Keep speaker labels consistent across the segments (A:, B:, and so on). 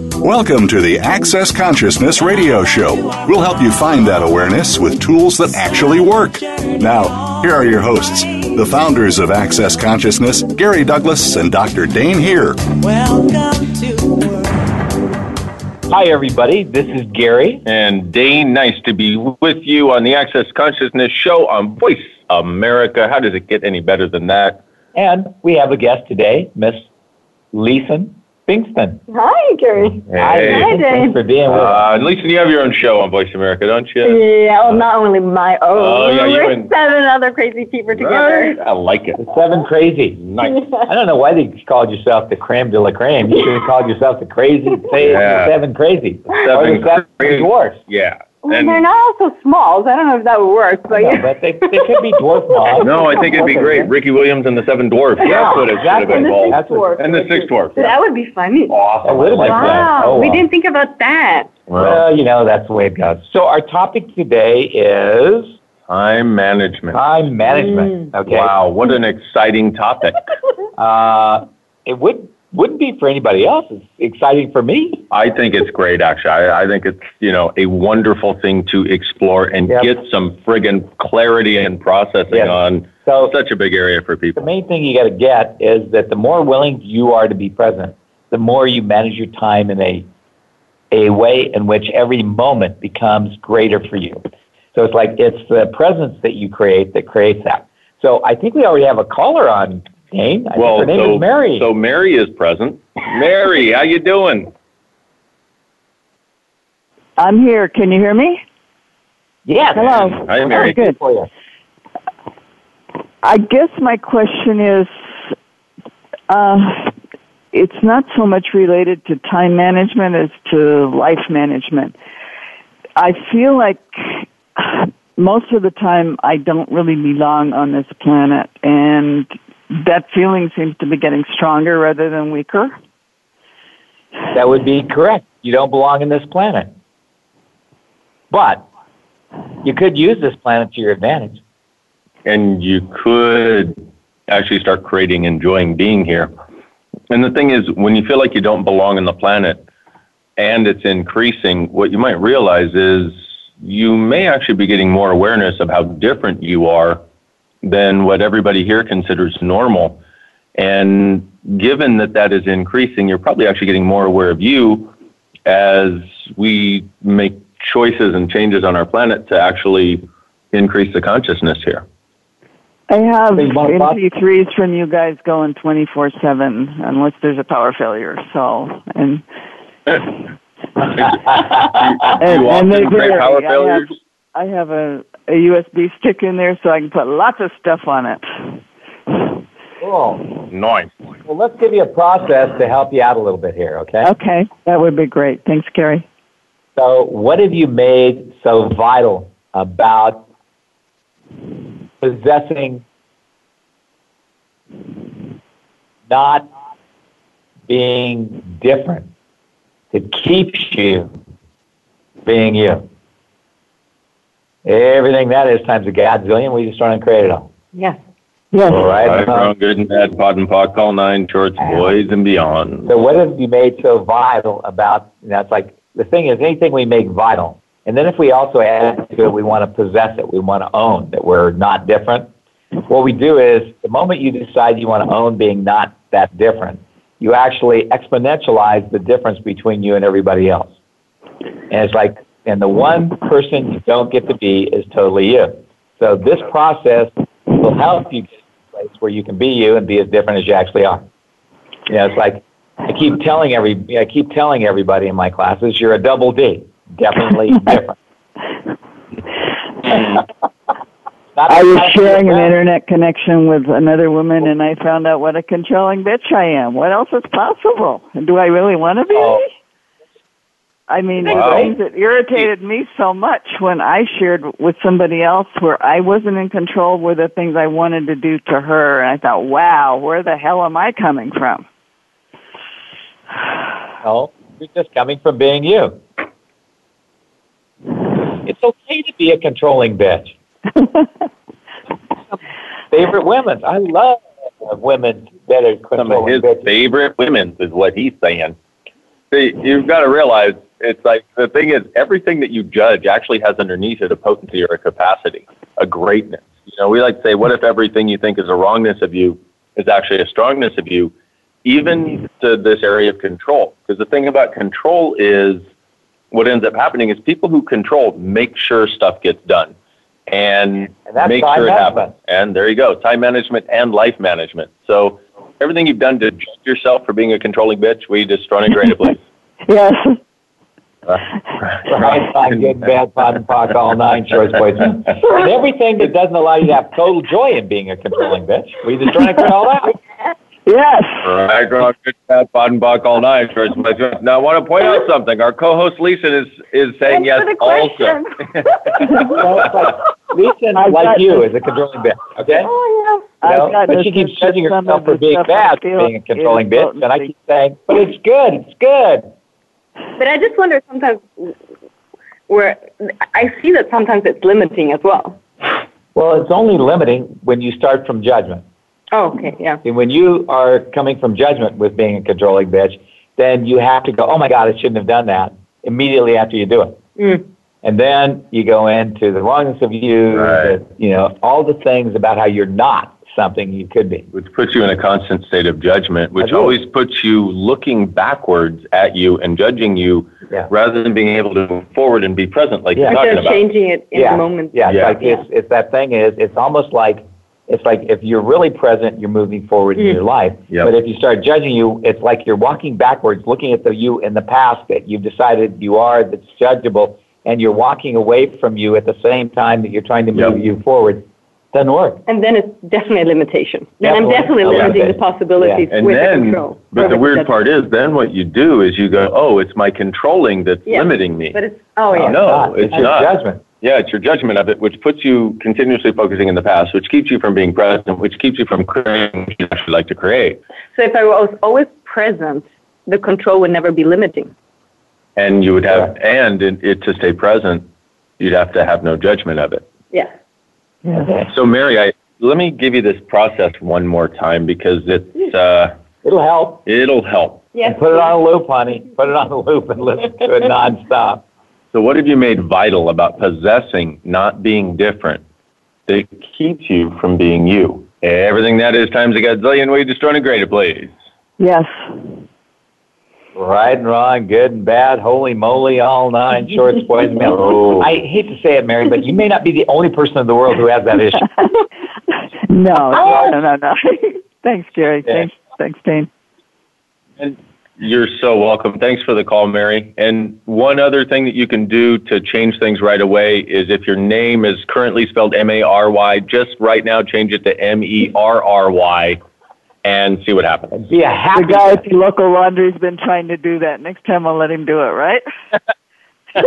A: Welcome to the Access Consciousness Radio Show. We'll help you find that awareness with tools that actually work. Now, here are your hosts, the founders of Access Consciousness, Gary Douglas and Dr. Dane Here.
B: Welcome to
C: Hi, everybody. This is Gary.
D: And Dane, nice to be with you on the Access Consciousness Show on Voice America. How does it get any better than that?
C: And we have a guest today, Miss Leeson Bingston.
E: Hi, Gary.
D: Hey.
E: Hi,
C: Thanks
E: Dane.
C: for being with us.
D: Uh, Lisa, you have your own show on Voice America, don't you?
E: Yeah, well, not only my own.
D: Uh, Oh, yeah, you
E: we're
D: and-
E: seven other crazy people together.
D: Right. I like it.
C: The Seven Crazy.
D: Nice.
C: I don't know why they called yourself the creme de la creme. You should have called yourself the crazy, say,
D: Yeah.
C: the Seven Crazy. or the
D: Seven
C: Seven
D: Crazy.
C: Dwarfs.
D: Yeah.
E: Well, they're not all so small, so I don't know if that would work, but
C: No, but they, they could be dwarf moths.
D: no, I think it'd be great. Ricky Williams and the Seven Dwarfs. That's what it should have
C: exactly.
D: been
E: and the
D: called.
E: six
C: That's what-
E: dwarf.
D: And the Six Dwarfs.
E: That would be funny.
C: It would have been
E: wow,
C: fun. Oh,
E: we
C: well.
E: didn't think about that.
D: Well,
C: Well, you know, that's the way it goes. So our topic today is
D: time management.
C: time
E: Mm.
C: management. Okay.
D: Wow, what an exciting topic.
C: Uh, it would wouldn't be for anybody else. It's exciting for me.
D: I think it's great, actually. I, I think it's you know a wonderful thing to explore and
C: Yep.
D: get some friggin' clarity and processing
C: Yes.
D: on
C: So
D: such a big area for
C: the
D: people.
C: main thing you got to get is that the more willing you are to be present, the more you manage your time in a a way in which every moment becomes greater for you. So it's like it's the presence that you create that creates that. So I think we already have a caller on Dane. I
D: Well,
C: think her name
D: so,
C: is Mary.
D: so Mary is present. Mary, how you doing?
F: I'm here. Can you hear me?
C: yes.
F: Hello.
D: Hi, Mary.
F: Oh, good.
C: For you.
F: I guess my question is, uh, it's not so much related to time management as to life management. I feel like most of the time I don't really belong on this planet, and that feeling seems to be getting stronger rather than weaker.
C: That would be correct. You don't belong in this planet. But you could use this planet to your advantage.
D: And you could actually start creating, enjoying being here. And the thing is, when you feel like you don't belong on the planet and it's increasing, what you might realize is you may actually be getting more awareness of how different you are than what everybody here considers normal. And given that that is increasing, you're probably actually getting more aware of you as we make choices and changes on our planet to actually increase the consciousness here.
F: I have
C: Hey, Bob, Bob.
F: MP3s from you guys going 24/7 unless there's a power failure. So, and
D: you
F: and
D: often
F: they
D: create
F: vary.
D: power
F: I have-
D: failures?
F: I have a, a USB stick in there so I can put lots of stuff on it.
C: Cool.
D: Nice.
C: Well, let's give you a process to help you out a little bit here, okay?
F: Okay, that would be great. Thanks, Gary.
C: So, what have you made so vital about possessing not being different that keeps you being you? Everything that is times a godzillion, we just don't create it all.
E: Yes.
F: Yes.
C: All right?
D: Right,
C: Um,
D: wrong, good and bad, pod and pod, call nine, shorts, boys, and beyond.
C: So what have you made so vital about? And that's like the thing is anything we make vital, and then if we also add to it, we want to possess it, we want to own that we're not different. What we do is the moment you decide you want to own being not that different, you actually exponentialize the difference between you and everybody else. And it's like, and the one person you don't get to be is totally you. So this process will help you get to a place where you can be you and be as different as you actually are. You know, it's like I keep telling every I keep telling everybody in my classes, you're a double D, definitely different. Not
F: I was
C: that-
F: sharing an internet connection with another woman, and I found out what a controlling bitch I am. What else is possible? And Do I really want to be?
C: Oh.
F: I mean,
D: Wow.
F: things that irritated me so much when I shared with somebody else where I wasn't in control were the things I wanted to do to her, and I thought, wow, where the hell am I coming from?
C: No, you're just coming from being you. It's okay to be a controlling bitch. Favorite women. I love women that are
D: some of
C: controlling
D: his
C: bitches.
D: favorite women is what he's saying. See, you've got to realize it's like the thing is everything that you judge actually has underneath it a potency or a capacity, a greatness. You know, we like to say, what if everything you think is a wrongness of you is actually a strongness of you, even to this area of control? Because the thing about control is what ends up happening is people who control make sure stuff gets done and,
C: And that's
D: make
C: time
D: sure it happens.
C: management.
D: And there you go, time management and life management. So everything you've done to judge yourself for being a controlling bitch, we just thrown in greatly.
F: Yes.
C: Right side, good, bad, pot and pock, all nine, choice poison. And everything that doesn't allow you to have total joy in being a controlling bitch. We just trying to cut all that.
F: Yes.
D: Right, girl, good, bad, pot and buck all night. Choice poison. Now, I want to point out something. Our co-host Lisa is is saying
E: Thanks for the
D: yes also.
E: question.
C: So it's like, Lisa,
F: I've got
C: like you,
F: this-
C: is a controlling bitch, okay?
E: Oh,
C: No,
F: I've got
C: but
F: this
C: she keeps
F: sense
C: judging
F: that some
C: herself
F: of
C: for
F: the
C: being
F: stuff I
C: bad, for
F: feel
C: being a controlling
F: is
C: bitch, and I
F: potency.
C: keep saying, "But it's good, it's good."
E: yeah. But I just wonder sometimes where I see that sometimes it's limiting as well.
C: Well, it's only limiting when you start from judgment.
E: Oh, okay, yeah.
C: And when you are coming from judgment with being a controlling bitch, then you have to go, "Oh my God, I shouldn't have done that!" Immediately after you do it,
E: Mm.
C: and then you go into the wrongness of you,
D: Right.
C: the- you know, all the things about how you're not something you could be.
D: Which puts you in a constant state of judgment,
C: I
D: which
C: do.
D: always puts you looking backwards at you and judging you
C: Yeah.
D: rather than being able to move forward and be present like
C: Yeah.
D: you're talking
E: Instead of
D: about.
E: changing it in
C: yeah,
E: the moment.
C: Yeah, it's
D: Yeah.
C: like It's, it's that thing is it's almost like it's like if you're really present, you're moving forward in
E: Mm.
C: your life.
D: Yep.
C: But if you start judging you, it's like you're walking backwards, looking at the you in the past that you've decided you are that's judgeable, and you're walking away from you at the same time that you're trying to move
D: Yep.
C: you forward. Doesn't work.
E: And then it's definitely a limitation. Then I'm
C: Definitely
E: definitely
C: a
E: limiting the
C: limitation.
E: possibilities
D: and
E: with
D: then
E: the control.
D: but the
E: Perfect,
D: weird
E: that's-
D: part is then what you do is you go oh it's my controlling that's
E: Yeah,
D: limiting me
E: But it's, oh, yeah.
D: no it's,
C: it's, just
D: not
C: judgment.
D: yeah it's your judgment of it which puts you continuously focusing in the past which keeps you from being present which keeps you from creating what you actually like to create
E: So if I was always present, the control would never be limiting.
D: and you would have and in, it to stay present you'd have to have no judgment of it
E: Yeah.
D: so mary i let me give you this process one more time because it's uh,
C: It'll help.
D: it'll help
E: Yes.
C: And put it on a loop, honey. Put it on a loop and listen to it nonstop.
D: So, what have you made vital about possessing, not being different, that keeps you from being you? Everything that is times a gazillion way destroyed and greater, please.
F: Yes.
C: Right and wrong, good and bad, holy moly, all nine, shorts, boys, and men.
D: Oh.
C: I hate to say it, Mary, but you may not be the only person in the world who has that issue.
F: No, no, no, no, no. Thanks, Jerry.
D: Yeah.
F: Thanks, thanks, Dane.
D: You're so welcome. Thanks for the call, Mary. And one other thing that you can do to change things right away is if your name is currently spelled M A R Y, just right now change it to M E R R Y and see what happens.
C: Be a
F: The
C: happy
F: guy at the local laundry's been trying to do that. Next time I'll let him do it, right?
D: You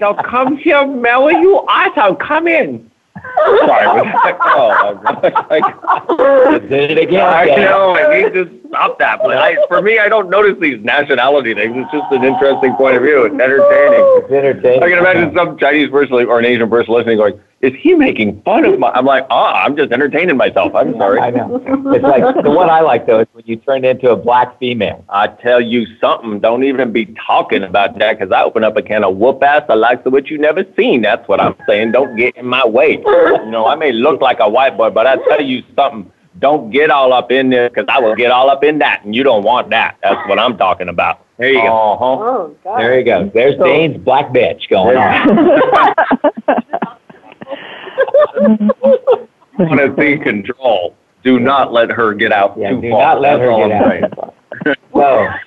D: know, come here, Mel. You awesome. Come in. Sorry, was that call? Oh, I was like,
C: did it again.
D: I
C: Dan.
D: know. I need to stop that. But I, for me, I don't notice these nationality things. It's just an interesting point of view. It's entertaining.
C: It's entertaining.
D: I can imagine some Chinese person or an Asian person listening, going, "Is he making fun of my?" I'm like, "Ah, I'm just entertaining myself. I'm sorry."
C: I know. It's like the one I like though is when you turn into a black female.
D: I tell you something. Don't even be talking about that 'cause I open up a can of whoop ass. I like to what you never seen. That's what I'm saying. Don't get in my way. You know, I may look like a white boy, but I tell you something. Don't get all up in there 'cause I will get all up in that, and you don't want that. That's what I'm talking about. There you go.
C: Uh-huh.
E: Oh, God.
C: There you go. There's Dane's black bitch going on.
D: I want to see control. do not let her get out
C: Yeah,
D: too
C: do
D: far.
C: not let
D: That's
C: her
D: all
C: get
D: I'm
C: out
D: saying.
C: too far.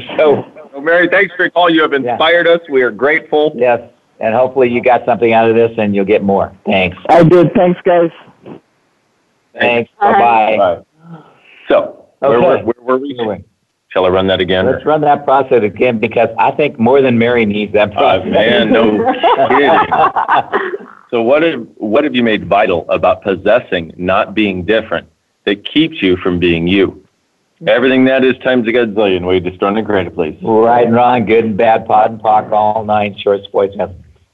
C: So, so
D: Well, Mary, thanks for your call. You have inspired us. We are grateful.
C: yes, and hopefully you got something out of this, and you'll get more. Thanks.
F: I did. Thanks, guys.
C: Thanks.
E: Bye.
C: Bye bye.
D: Right. So, where,
C: Okay.
D: were- where were we? Shall I run that again?
C: Let's run that process again because I think more than Mary needs that
D: Uh,
C: process.
D: man, no kidding. So what have, what have you made vital about possessing not being different that keeps you from being you? Everything that is times a gazillion. We just run it creatively.
C: Right and wrong, good and bad, pod and pock, all nine shorts, boys. and girls.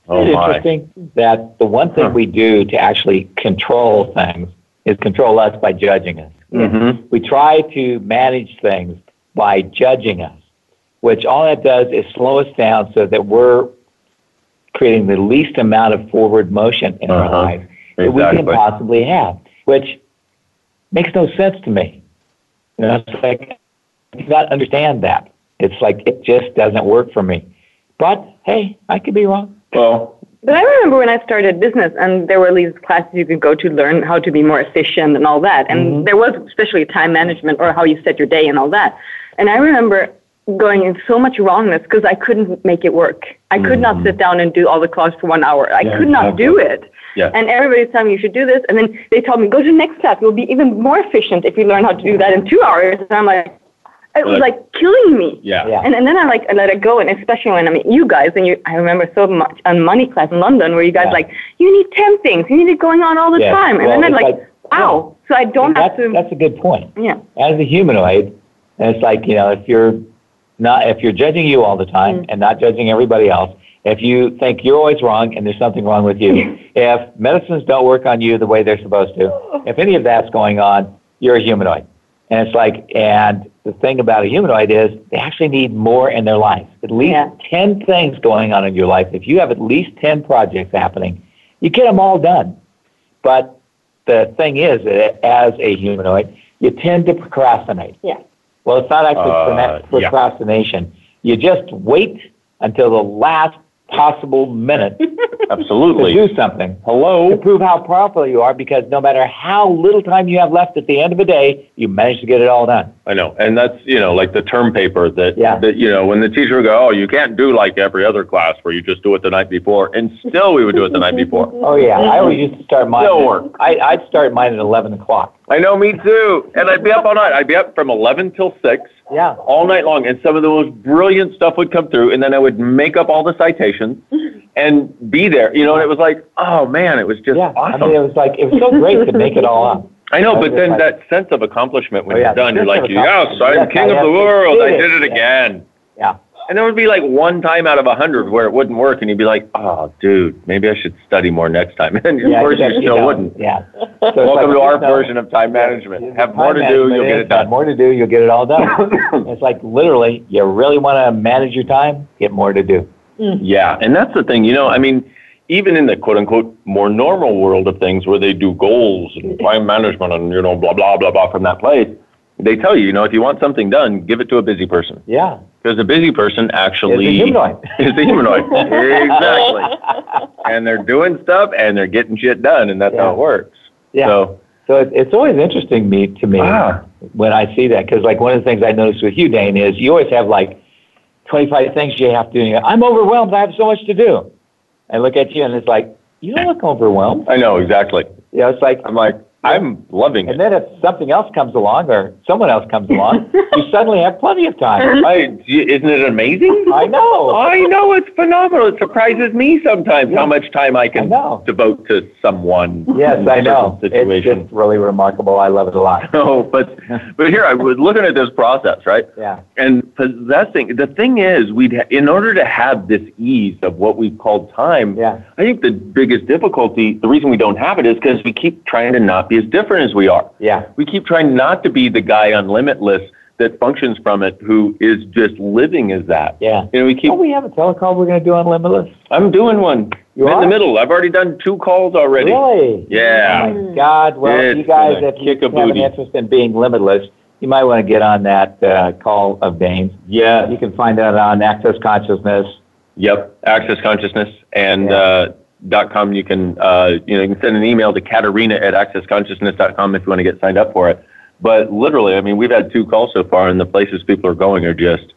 D: Oh,
C: it's
D: my.
C: interesting that the one thing
D: Huh.
C: we do to actually control things is control us by judging us.
D: Mm-hmm.
C: We try to manage things by judging us, which all that does is slow us down so that we're creating the least amount of forward motion in
D: Uh-huh.
C: our life that we can
D: Exactly.
C: possibly have, which makes no sense to me. You know, it's like I do not understand that. It's like it just doesn't work for me. But hey, I could be wrong.
D: Well,
E: But I remember when I started business, and there were these classes you could go to learn how to be more efficient and all that. And
C: Mm-hmm.
E: there was especially time management or how you set your day and all that. And I remember going in so much wrongness because I couldn't make it work. I could
D: Mm.
E: not sit down and do all the class for one hour. I could not do it.
D: Yeah.
E: And everybody's telling me you should do this, and then they told me go to the next class. You'll be even more efficient if you learn how to do that in two hours. And I'm like, it was
D: Look.
E: like killing me.
D: yeah.
C: Yeah.
E: And, and then I like I let it go, and especially when I meet you guys, and you, I remember so much on money class in London where you guys
C: Yeah.
E: like you need ten things, you need it going on all the
C: Yeah.
E: time, and
C: Well,
E: then I'm
C: it's
E: like,
C: like-
E: wow, so I don't have
C: That's,
E: to,
C: that's a good point.
E: yeah,
C: as a humanoid, and it's like you know, if you're not if you're judging you all the time and not judging everybody else, if you think you're always wrong and there's something wrong with you, if medicines don't work on you the way they're supposed to, if any of that's going on, you're a humanoid. And it's like, and the thing about a humanoid is they actually need more in their life. At least
E: Yeah.
C: 10 things going on in your life. If you have at least 10 projects happening, you get them all done. But the thing is that as a humanoid, you tend to procrastinate.
E: Yeah.
C: Well, it's not actually
D: Uh,
C: pronac-
D: yeah.
C: procrastination. You just wait until the last possible minute to
D: Absolutely.
C: do something. Hello. To prove how powerful you are, because no matter how little time you have left at the end of a day, you manage to get it all done.
D: I know. And that's, you know, like the term paper that,
C: Yeah.
D: that, you know, when the teacher would go, oh, you can't do like every other class where you just do it the night before. And still we would do it the night before.
C: Oh yeah, I always used to start mine.
D: Still work.
C: I, I'd start mine at eleven o'clock.
D: I know, me too. And I'd be up all night. I'd be up from 11 till 6
C: Yeah.
D: all night long, and some of the most brilliant stuff would come through. And then I would make up all the citations and be there. You know, and it was like, oh man, it was just
C: Yeah,
D: awesome.
C: I mean, it was like it was so great to make it all up.
D: I know, but
C: was
D: then
C: like-
D: that sense of accomplishment when
C: Oh, yeah,
D: you're done,
C: the
D: you're
C: sense
D: like,
C: of
D: yes, I'm
C: accomplishment.
D: king of
C: Yes, I
D: the
C: actually
D: world. I
C: did
D: did it
C: it.
D: again.
C: Yeah.
D: And there would be like one time out of a hundred where it wouldn't work, and you'd be like, oh, dude, maybe I should study more next time. And of
C: yeah,
D: course, you
C: actually
D: still
C: don't.
D: wouldn't.
C: Yeah. So it's
D: Welcome
C: like,
D: to our
C: you know,
D: version of time
C: Yeah,
D: management. Have
C: time
D: more to do, you'll
C: management
D: get
C: is,
D: it done.
C: Have more to do, you'll get it all done. it's like literally, you really want to manage your time, get more to do.
D: Yeah, and that's the thing, you know. I mean, even in the quote unquote more normal world of things where they do goals and time management and, you know, blah, blah, blah, blah from that place, they tell you, you know, if you want something done, give it to a busy person.
C: Yeah.
D: Because a busy person actually
C: Is a humanoid.
D: is a E. humanoid. exactly. And they're doing stuff and they're getting shit done, and that's how
C: Yeah.
D: it works.
C: Yeah.
D: So,
C: So it, it's always interesting me to me
D: Ah.
C: when I see that because like one of the things I noticed with you, Dane, is you always have like twenty five things you have to do. And you go, I'm overwhelmed. I have so much to do. I look at you and it's like you don't look overwhelmed.
D: I know, exactly.
C: You know, it's like
D: I'm like, I'm loving
C: and
D: it.
C: then if something else comes along or someone else comes along, you suddenly have plenty of time.
D: I, isn't it amazing?
C: I know.
D: I know it's phenomenal. It surprises me sometimes how much time I
C: I
D: can
C: know.
D: devote to someone.
C: Yes, I
D: certain
C: know. It's
D: Situation.
C: just really remarkable. I love it a lot.
D: no, but but here I was looking at this process, right?
C: Yeah.
D: And possessing the thing is, we'd ha- in order to have this ease of what we've called time.
C: Yeah.
D: I think the biggest difficulty, the reason we don't have it, is because we keep trying to not be as different as we are.
C: Yeah.
D: We keep trying not to be the guy on Limitless that functions from it, who is just living as that.
C: Yeah.
D: You know, we keep
C: Don't we have a telecall we're going to do on Limitless?
D: I'm doing one.
C: You
D: I'm in
C: are?
D: the middle. I've already done two calls already.
C: Really?
D: Yeah.
C: Oh my God. Well,
D: It's
C: you guys,
D: gonna
C: if you
D: kick a
C: have an
D: booty.
C: interest in being limitless, you might want to get on that uh, call of Dane's.
D: Yeah.
C: You can find that on Access Consciousness.
D: Yep. Access consciousness and
C: Yeah.
D: uh, accessconsciousness.com. You can, uh, you know, you can send an email to Katarina at accessconsciousness.com if you want to get signed up for it. But literally, I mean, we've had two calls so far, and the places people are going are just,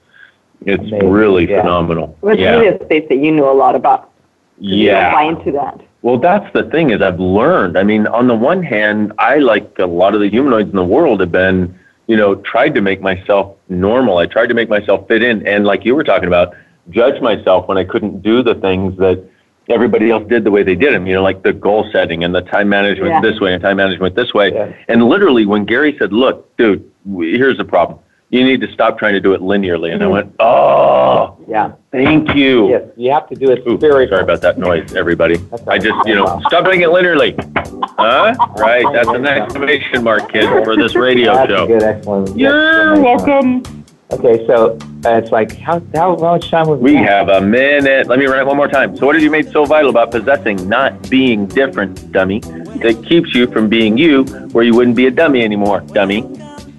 D: it's
C: Amazing,
D: really
C: yeah.
D: phenomenal.
E: Well, it's
D: yeah.
E: really a space that you know a lot about. You don't
D: yeah.
E: buy into that.
D: Well, that's the thing is I've learned. I mean, on the one hand, I like a lot of the humanoids in the world have been, you know, tried to make myself normal. I tried to make myself fit in, and like you were talking about, judge myself when I couldn't do the things that everybody else did the way they did them. You know, like the goal setting and the time management
E: Yeah.
D: this way and time management this way.
C: Yeah.
D: And literally, when Gary said, "Look, dude, w- here's the problem. You need to stop trying to do it linearly,"
C: Mm-hmm.
D: and I went, "Oh,
C: Yeah.
D: thank you."
C: Yes, you have to do it
D: Ooh,
C: very
D: sorry about that noise, everybody.
C: That's all
D: I
C: right.
D: just, you know, stop doing it literally. Huh? Right. That's an exclamation mark, kid, for this radio
C: That's a
D: show.
C: good explanation.
D: You're welcome.
C: Okay, so uh, it's like how how much time was
D: We have a minute. Let me run it one more time. So, what have you made so vital about possessing, not being different, dummy, that keeps you from being you, where you wouldn't be a dummy anymore, dummy?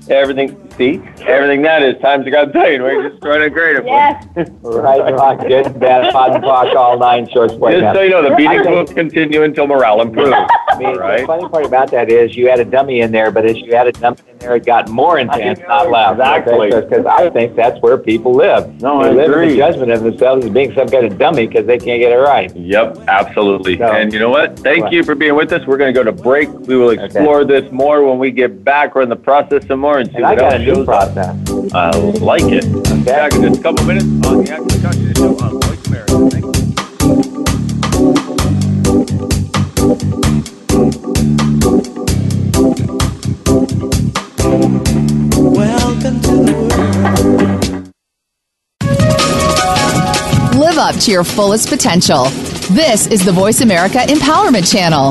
D: Everything, see, everything that is times a godzillion. We're just throwing a grade at one.
E: Yes.
C: right rock, good, bad, pot and pock, all nine shorts, white
D: Just so
C: hats.
D: you know, the beatings
C: I-
D: will continue until morale improves.
C: I mean,
D: right?
C: The funny part about that is you had a dummy in there, but as you had a dummy in there, it got more intense, not less.
D: Exactly.
C: Because I think that's where people live.
D: No,
C: they
D: I
C: live in
D: agree.
C: the judgment of themselves as being some kind of dummy because they can't get it right.
D: Yep, absolutely.
C: So-
D: and you know what? Thank
C: Right.
D: you for being with us. We're going to go to break. We will explore this more when we get back. We're in the process some more and see
C: And I
D: what
C: got a
D: else
C: new
D: shows up.
C: process.
D: I like it. Back in just a couple minutes on the Action Consciousness Show on Voice America. Thank you.
B: Welcome to the world.
G: Live up to your fullest potential. This is the Voice America Empowerment Channel.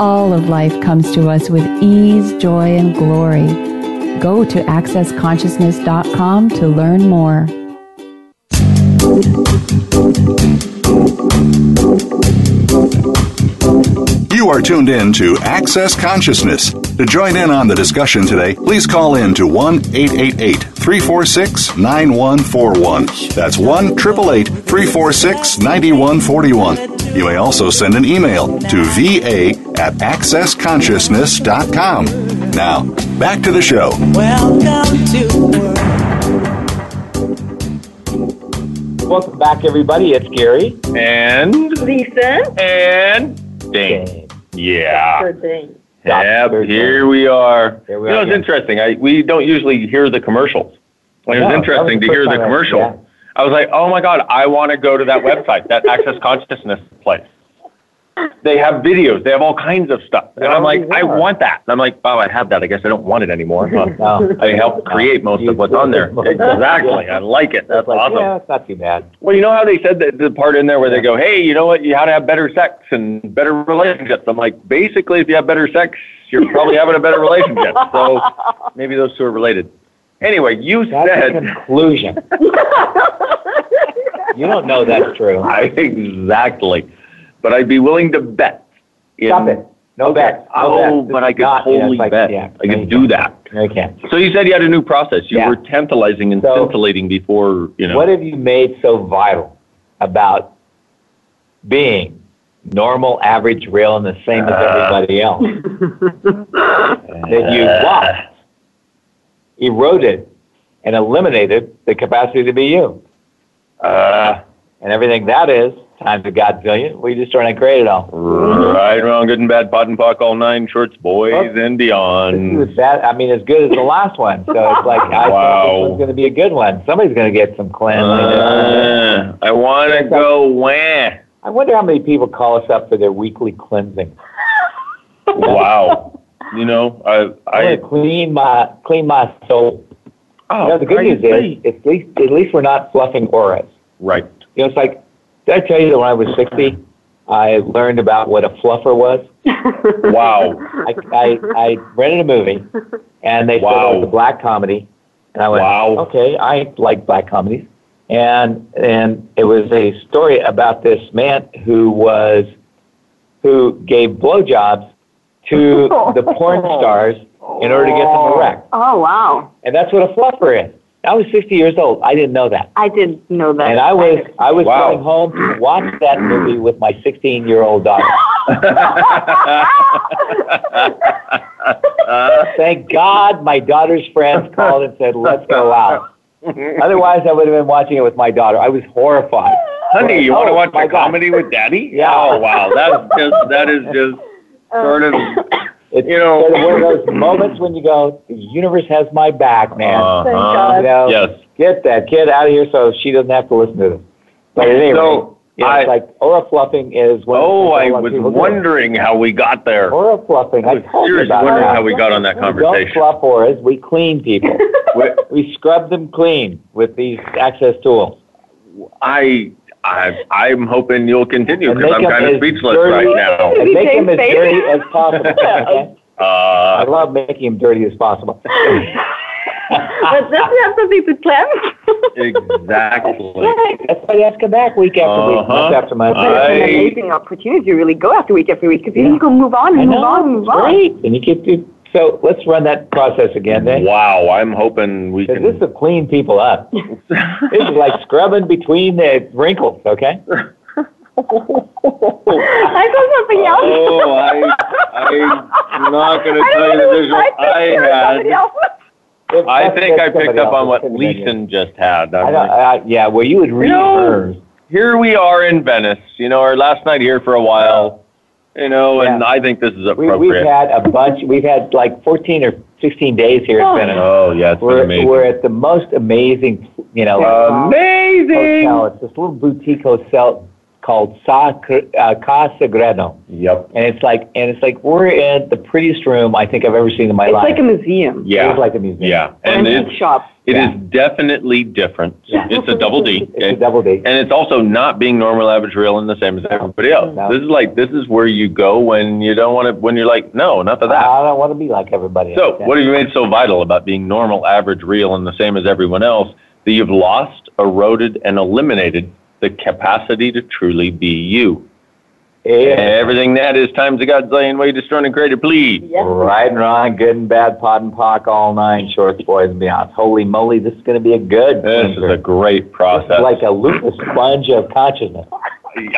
H: All of life comes to us with ease, joy, and glory. Go to accessconsciousness.com to learn more.
A: You are tuned in to Access Consciousness. To join in on the discussion today, please call in to 1 888 346 9141. That's 1 888 346 9141. You may also send an email to va at accessconsciousness.com. Now, back to the show.
B: Welcome to the world.
C: Welcome back, everybody. It's Gary.
D: And,
E: Lisa.
D: and, ding.
C: Okay.
D: Yeah.
E: Good thing.
D: Yep, here we are.
C: Here we
D: you know,
C: are,
D: it's
C: yeah.
D: interesting. I, we don't usually hear the commercials. Like, it
C: No,
D: was
C: that was
D: interesting
C: the
D: to hear
C: first
D: the
C: time I-
D: commercial.
C: yeah.
D: I was like, oh my God, I want to go to that website, that Access Consciousness place. They have videos. They have all kinds of stuff. And I'm like, I want that. And I'm like, wow, I have that. I guess I don't want it anymore. Huh.
C: No.
D: I helped create most of what's on there. Exactly. I like it. That's
C: Like,
D: awesome.
C: Yeah, it's not too bad.
D: Well, you know how they said that the part in there where they go, "Hey, you know what? You how to have better sex and better relationships." I'm like, basically, if you have better sex, you're probably having a better relationship. So maybe those two are related. Anyway, you
C: That's a
D: said
C: conclusion. you don't know that's true.
D: I, exactly, but I'd be willing to bet. in-
C: Stop it. No bet. No bet.
D: Oh,
C: This
D: but I
C: is
D: could
C: not- yeah, it's
D: totally
C: like-
D: bet.
C: yeah,
D: I
C: no, you
D: could do that.
C: can't. No, you can't.
D: So you said you had a new process. You
C: Yeah.
D: were tantalizing and
C: So-
D: scintillating before, you know.
C: What have you made so vital about being normal, average, real, and the same as
D: Uh.
C: everybody else that you lost, eroded, and eliminated the capacity to be you?
D: uh,
C: And everything that is, times a godzillion, we just trying to create it all.
D: right, wrong, good and bad, pot and pock, all nine shorts, boys
C: Oh.
D: and
C: This
D: beyond.
C: is that I mean, as good as the last one. So it's like I
D: Wow.
C: think this one's going to be a good one. Somebody's going to get some cleanliness.
D: Uh, I want to go wah.
C: I wonder how many people call us up for their weekly cleansing.
D: Wow. You know, I,
C: I
D: I,
C: want to clean my clean my soul.
D: oh,
C: You know, the good news is, it's at least, at least we're not fluffing auras.
D: right.
C: You know, it's like, did I tell you that when I was 60, I learned about what a fluffer was?
D: Wow.
C: I, I, I rented a movie, and they
D: Wow.
C: said it was a black comedy. And I went,
D: Wow.
C: okay, I like black comedies. And, and it was a story about this man who was, who gave blowjobs to the porn stars in order to get them erect.
E: Oh wow,
C: And that's what a fluffer is. I was 60 years old. I didn't know that.
E: I didn't know that.
C: And I was I was
D: Wow.
C: going home to watch that movie with my 16 year old daughter. Thank God my daughter's friends called and said, "Let's go out." Otherwise, I would have been watching it with my daughter. I was horrified.
D: Honey, you want to
C: Oh,
D: watch
C: my
D: a
C: God.
D: comedy with daddy?
C: Yeah.
D: Oh, wow. That's just, that is just sort of,
C: It's
D: You know-
C: sort of one of those moments when you go, "The universe has my back, man."
D: uh-huh.
C: you know,
D: Yes.
C: get that kid out of here so she doesn't have to listen to this. But at any rate,
D: So,
C: you know,
D: I-
C: it's like aura fluffing is what.
D: Oh, I was wondering how we got there.
C: Aura fluffing.
D: I
C: I
D: was
C: told you
D: seriously
C: about
D: wondering
C: that.
D: how we got on that
C: We don't
D: conversation.
C: fluff auras. We clean people.
D: Wait,
C: we scrub them clean with these access tools.
D: I, I, I'm hoping you'll continue
C: And
D: because
C: make
D: I'm
C: them
D: kind of
C: as
D: speechless
C: dirty-
D: right now.
C: And
E: Did he
C: make
E: say
C: them as
E: face?
C: dirty as possible. okay?
D: Uh,
C: I love making them dirty as possible.
E: but does it have something to cleanse?
D: exactly.
C: That's why you have to come back week after week,
D: Uh-huh.
C: month after month.
E: But it's an
D: I-
E: amazing opportunity to really go after week after week because you can move on
C: I
E: and move
C: know.
E: on, move
C: it's
E: on.
C: great. And you get to, so let's run that process again then.
D: Wow, I'm hoping we
C: 'Cause
D: can.
C: this will clean people up. this is like scrubbing between the wrinkles, okay?
E: I saw something else.
D: Oh, I, I'm not going to
E: I
D: tell
E: don't
D: you
E: know
D: the
E: if
D: visual
E: I
D: I
E: picked it or somebody
D: had.
E: else.
C: If
D: I
C: that's-
D: think I
C: that's
D: picked
C: somebody
D: up
C: else,
D: on what
C: it's gonna be on you.
D: Leeson just had.
C: I
D: I'm
C: don't,
D: like,
C: I, yeah, well, you would read
D: No.
C: hers.
D: here we are in Venice. You know, our last night here for a while. You know, and
C: Yeah.
D: I think this is
C: We, we've
D: appropriate.
C: had a bunch. We've had like 14 or 16 days here in Venice.
D: oh yeah, it's been
C: We're,
D: amazing.
C: we're at the most amazing, you know, uh, hotel.
D: amazing.
C: It's this little boutique hotel called Sa, uh, Casa Grano.
D: Yep.
C: And it's like, and it's like, we're in the prettiest room I think I've ever seen in my
E: It's
C: life.
E: like a museum.
D: Yeah.
C: It's like a museum.
D: Yeah,
E: An
D: and it,
E: antique shop.
D: it is
C: Yeah.
D: definitely different.
C: Yeah.
D: It's a double D.
C: It's a double date.
D: and it's also not being normal, average, real, and the same as everybody else.
C: No.
D: This is like this is where you go when you don't want to. When you're like, no, enough of that.
C: I don't want to be like everybody
D: So,
C: else. yeah.
D: what have you made so vital about being normal, average, real, and the same as everyone else that you've lost, eroded, and eliminated the capacity to truly be you?
C: Yeah.
D: Everything that is times a godzillion way destroyed and created. Please,
E: Yes.
C: Right and wrong, good and bad, pot and pock, all nine, shorts, boys and beyonds. Holy moly, this is going to be a good.
D: this is
C: cleanser.
D: a great
C: This is
D: process.
C: like a loop, a sponge of consciousness.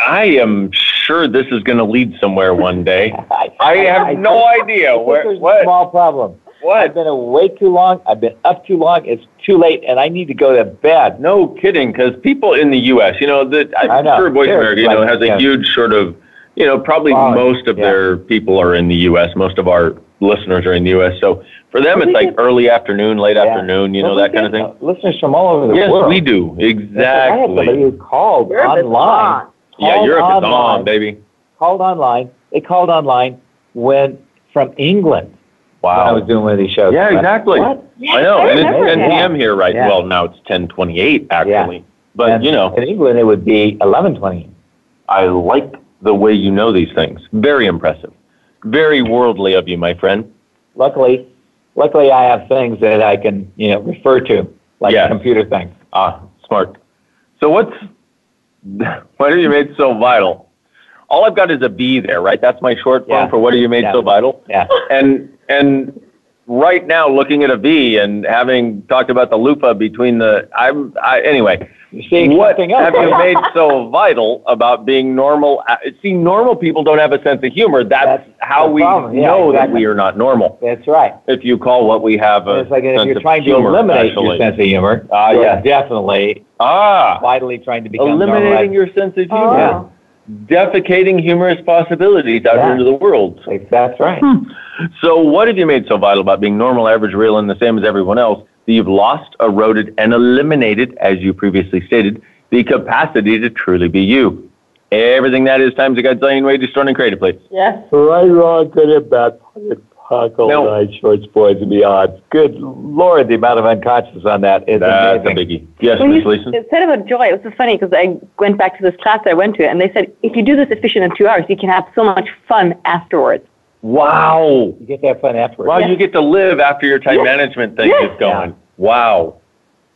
D: I am sure this is going to lead somewhere one day.
C: I,
D: I have no idea
C: I think
D: where
C: there's a
D: what
C: small problem. I've
D: what.
C: been awake too long. I've been up too long. It's too late, and I need to go to bed.
D: No kidding, because people in the U.S., you know, that
C: I
D: I'm
C: know.
D: sure Voice
C: They're
D: America, you know,
C: like-
D: has a
C: yeah.
D: huge sort of, you know, probably
C: Following,
D: most of
C: yeah.
D: their people are in the U.S. Most of our listeners are in the U.S. So for them, it's like early afternoon, late
C: Yeah.
D: afternoon, you know,
C: Well,
D: that
C: we
D: kind of
C: get,
D: thing.
C: uh, Listeners from all over the
D: Yes,
C: world.
D: we do
C: I had somebody
D: exactly.
C: who called
E: Europe is
C: online.
E: on.
D: Yeah,
C: called
D: Europe is
C: online,
D: on, baby.
C: called online. They called online when from England. Wow. When I was doing one of these shows.
D: Yeah,
C: I'm like,
D: exactly.
C: "What?"
D: I know,
E: I
D: and it's
E: remember
D: 10
E: that.
D: p.m. here, right?
C: Yeah.
D: Well, now it's 10:28 actually, but
C: And
D: you know,
C: in England it would be eleven twenty.
D: I like the way you know these things. Very impressive, very worldly of you, my friend.
C: Luckily, luckily I have things that I can you know refer to, like
D: Yeah.
C: computer things.
D: Ah, smart. So what's what are you made so vital? All I've got is a B there, right? That's my short form
C: Yeah.
D: for what are you made
C: Yeah.
D: so vital?
C: Yeah.
D: And and right now, looking at a B and having talked about the lupa between the I'm I, anyway.
C: You're seeing
D: what
C: something else.
D: have you made so vital about being normal? Uh, See, normal people don't have a sense of humor. That's,
C: That's
D: how
C: the
D: we
C: problem. Yeah,
D: know that
C: exactly.
D: we are not normal.
C: That's right.
D: If you call what we have a
C: It's like if
D: sense
C: you're
D: of
C: trying to
D: humor,
C: eliminate
D: actually.
C: your sense of humor,
D: Ah,
C: you're
D: yeah.
C: definitely
D: ah,
C: vitally trying to become
D: eliminating
C: normalized.
D: your sense of humor,
E: Oh.
D: defecating humorous possibilities out
C: Yeah.
D: into the world. Hmm.
C: Like, That's right.
D: So, what have you made so vital about being normal, average, real, and the same as everyone else that you've lost, eroded, and eliminated, as you previously stated, the capacity to truly be you? Everything that is times a godzillion way distorted and created, please.
E: Yes.
C: Right, wrong, good and bad, pocket, puckle,
D: No.
C: nine shorts, boys, and beyond. Good Lord, the amount of unconscious on that is
D: That's
C: amazing.
D: a biggie. Yes,
E: When you
D: Miss Leeson.
E: said about joy, it was so funny because I went back to this class I went to, and they said if you do this efficient in two hours, you can have so much fun afterwards.
D: Wow.
C: You get that fun afterwards.
D: Wow, you get to live after your time management thing
E: Yes.
D: is gone. Wow.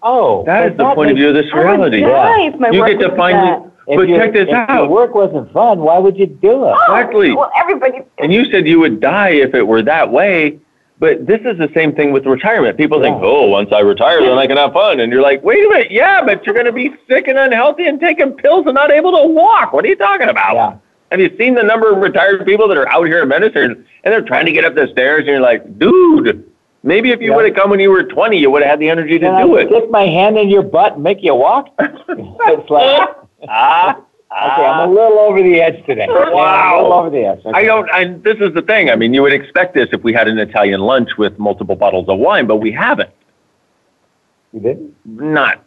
C: oh,
D: That
C: but
D: is the point of
C: makes-
D: view of this
E: I would
D: reality.
E: die if my
D: You
E: work
D: get to
E: was
D: finally.
E: that.
C: If
D: But
C: your-
D: check this
C: if Your
D: out.
C: work wasn't fun. Why would you do it? Oh,
D: Exactly.
E: Well, everybody.
D: And you said you would die if it were that way. But this is the same thing with retirement. People think,
C: Yeah.
D: oh, once I retire, then I can have fun. And you're like, wait a minute, yeah, but you're going to be sick and unhealthy and taking pills and not able to walk. What are you talking about?
C: Yeah.
D: Have you seen the number of retired people that are out here in Medicine and they're trying to get up the stairs? And you're like, dude, maybe if you
C: Yeah.
D: would have come when you were 20, you would have had the energy to
C: Can I
D: do it.
C: stick my hand in your butt and make you walk? it's like,
D: Ah,
C: okay, I'm
D: ah.
C: a little over the edge today. Yeah, I'm
D: Wow.
C: a little over the edge. Okay.
D: I don't. I, this is the thing. I mean, you would expect this if we had an Italian lunch with multiple bottles of wine, but we haven't.
C: You didn't?
D: Not.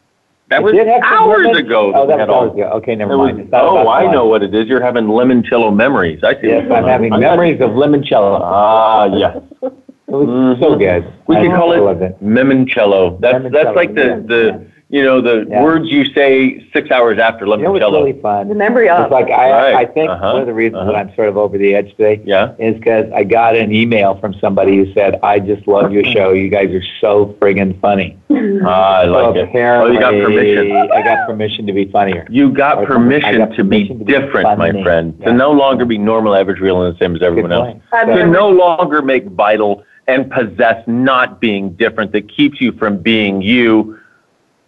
D: That
C: It
D: was
C: did have some
D: hours
C: lemon-
D: ago.
C: Oh,
D: we
C: that was
D: had all-
C: hours ago. Okay,
D: It
C: never
D: was-
C: mind. It's not about
D: oh, I
C: wine.
D: know what it is. You're having limoncello memories. I see.
C: Yes, I'm having memories of limoncello.
D: Ah, yes.
C: It was so good.
D: We
C: I
D: can call
C: loved
D: it limoncello. That's that's
C: Limoncello,
D: like the the you know the
C: Yeah.
D: words you say six hours after
C: You know what's
D: limoncello.
C: really fun?
E: The memory of.
C: It's like I,
D: Right.
C: I think
D: Uh-huh.
C: one of the reasons that
D: Uh-huh.
C: I'm sort of over the edge today
D: Yeah.
C: is because I got an email from somebody who said, "I just love your show. You guys are so friggin' funny."
D: Ah, I like
C: so
D: it. Oh,
C: Apparently,
D: you got permission.
C: I got permission to be funnier.
D: You got
C: I got
D: permission to be
C: permission to be
D: different, my
C: funny.
D: friend. To
C: Yeah.
D: no longer be normal, average, real, and the same as
C: Good
D: everyone else.
C: point.
E: I've
D: to
E: never-
D: no longer make vital and possess not being different that keeps you from being you,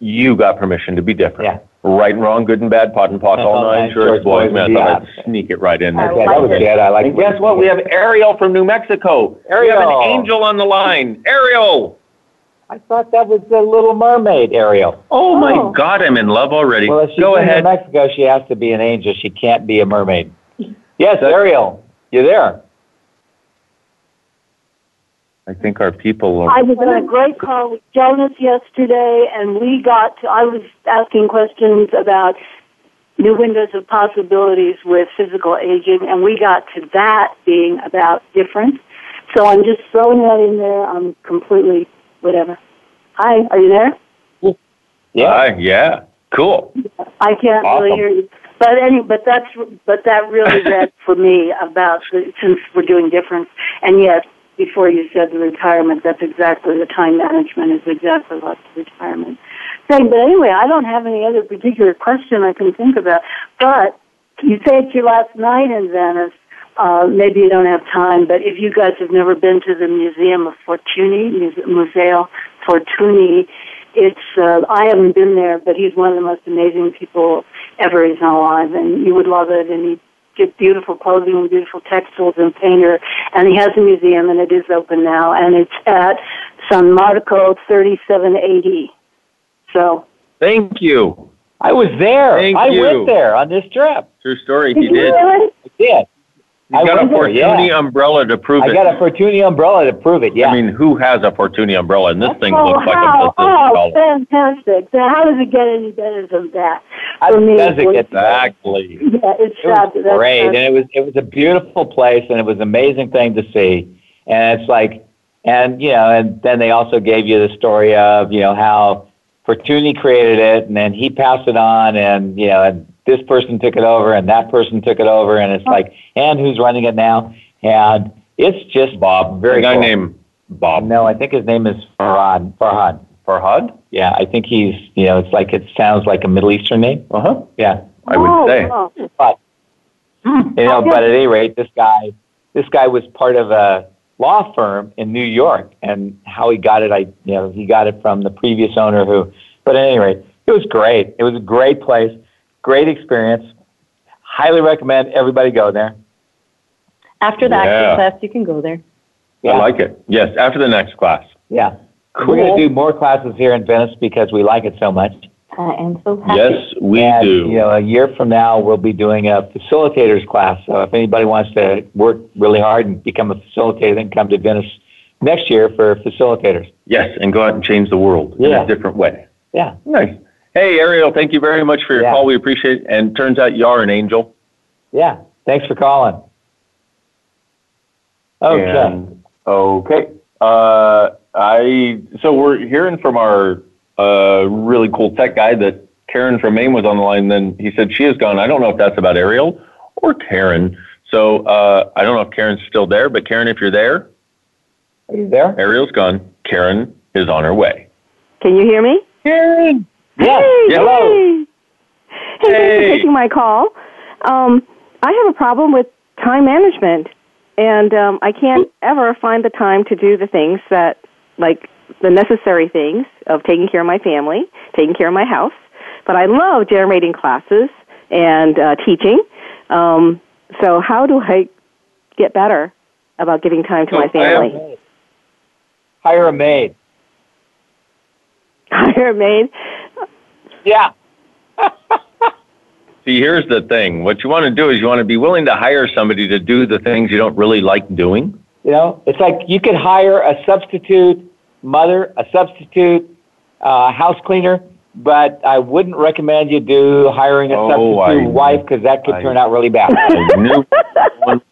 D: you got permission to be different.
C: Yeah.
D: Right and wrong, good and bad, pot and pock, all nine shorts, boys. Man, I thought
C: Yeah.
D: I'd sneak it right in there.
C: Okay, that was
E: it.
C: good. I like.
D: And guess what? We have Ariel from New Mexico. We have
C: Ariel.
D: an angel on the line. Ariel.
C: I thought that was the Little Mermaid, Ariel.
D: Oh,
E: Oh.
D: my God, I'm in love already.
C: Well, if she's
D: Go
C: in
D: ahead.
C: New Mexico, she has to be an angel. She can't be a mermaid. Yes, Ariel, you there?
D: I think our people are.
I: I was on a great call with Jonas yesterday, and we got to, I was asking questions about new windows of possibilities with physical aging, and we got to that being about difference. So I'm just throwing that in there. I'm completely whatever. Hi, are you there?
D: Hi, yeah. Cool.
I: I can't
D: Awesome.
I: really hear you. But any, but that's, but that really read for me about the, since we're doing difference. And yes, before you said the retirement, that's exactly the time management is exactly like the retirement thing. But anyway, I don't have any other particular question I can think about. But you say it's your last night in Venice. Uh, maybe you don't have time, but if you guys have never been to the Museum of Fortuny, Muse- Museo Fortuny, it's uh, I haven't been there, but he's one of the most amazing people ever. He's not alive, and you would love it. And he did beautiful clothing and beautiful textiles and painter. And he has a museum, and it is open now, and it's at San Marco 3780. So
D: Thank you.
C: I was there.
D: Thank
C: I
D: you.
C: went there on this trip.
D: True story. He
I: you
D: did.
I: really?
C: I did.
D: You
C: I
D: got a
C: wonder, yeah.
D: Fortuny umbrella to prove
C: I
D: it.
C: got a Fortuny umbrella to prove it. Yeah.
D: I mean, who has a Fortuny umbrella? And this thing
I: oh,
D: looks like a
I: how,
D: Melissa
I: oh,
D: umbrella.
I: fantastic. So how does it get any better than that?
C: I,
I: me,
C: does it
I: was-
C: get better?
I: Yeah,
D: Exactly.
I: it's
C: It was
I: fabulous.
C: great, and it was it was a beautiful place, and it was an amazing thing to see. And it's like, and you know, and then they also gave you the story of you know how Fortuny created it, and then he passed it on, and you know, and this person took it over, and that person took it over, and
I: Oh.
C: it's like, and who's running it now? And it's just Bob, very
D: A guy
C: cool.
D: named Bob
C: No, I think his name is Farhad. Farhad.
D: Farhad?
C: Yeah, I think he's you know, it's like it sounds like a Middle Eastern name.
D: Uh huh.
C: Yeah.
D: I would
I: oh,
D: say.
I: wow.
C: You know, but at any rate, this guy, this guy was part of a law firm in New York, and how he got it, I, you know, he got it from the previous owner who. But at any rate, it was great. It was a great place, great experience. Highly recommend everybody go there.
E: After the
D: Yeah.
E: acting class, you can go there.
D: I like it. Yes, after the next class.
C: Yeah, we're going to do more classes here in Venice because we like it so much.
E: I am Uh, so happy.
D: Yes, we
C: and,
D: do.
C: You know, a year from now, we'll be doing a facilitators class. So if anybody wants to work really hard and become a facilitator, then come to Venice next year for facilitators.
D: Yes, and go out and change the world in
C: Yeah.
D: a different way.
C: Yeah.
D: Nice. Hey, Ariel, thank you very much for your
C: Yeah.
D: call. We appreciate it. And turns out you are an angel.
C: Yeah. Thanks for calling. Okay.
D: And- okay. Uh, I so we're hearing from our uh, really cool tech guy that Karen from Maine was on the line. Then he said she is gone. I don't know if that's about Ariel or Karen. So uh, I don't know if Karen's still there, but Karen, if you're there,
C: Are you there?
D: Ariel's gone. Karen is on her way.
J: Can you hear me?
D: Karen.
C: Yeah.
J: Hey,
D: Hello.
J: Hey, hey thanks
D: Hey.
J: for taking my call. Um, I have a problem with time management, and um, I can't ever find the time to do the things that, like, the necessary things of taking care of my family, taking care of my house. But I love generating classes and uh, teaching. Um, so, how do I get better about giving time to
D: So
J: my
D: I have-
J: family?
C: Hire a maid.
J: Hire a maid.
C: Yeah.
D: See, here's the thing. What you want to do is you want to be willing to hire somebody to do the things you don't really like doing.
C: You know, it's like you could hire a substitute mother, a substitute uh, house cleaner, but I wouldn't recommend you do hiring a
D: Oh,
C: substitute
D: I-
C: wife because that could
D: I-
C: turn out really bad.
D: I knew someone-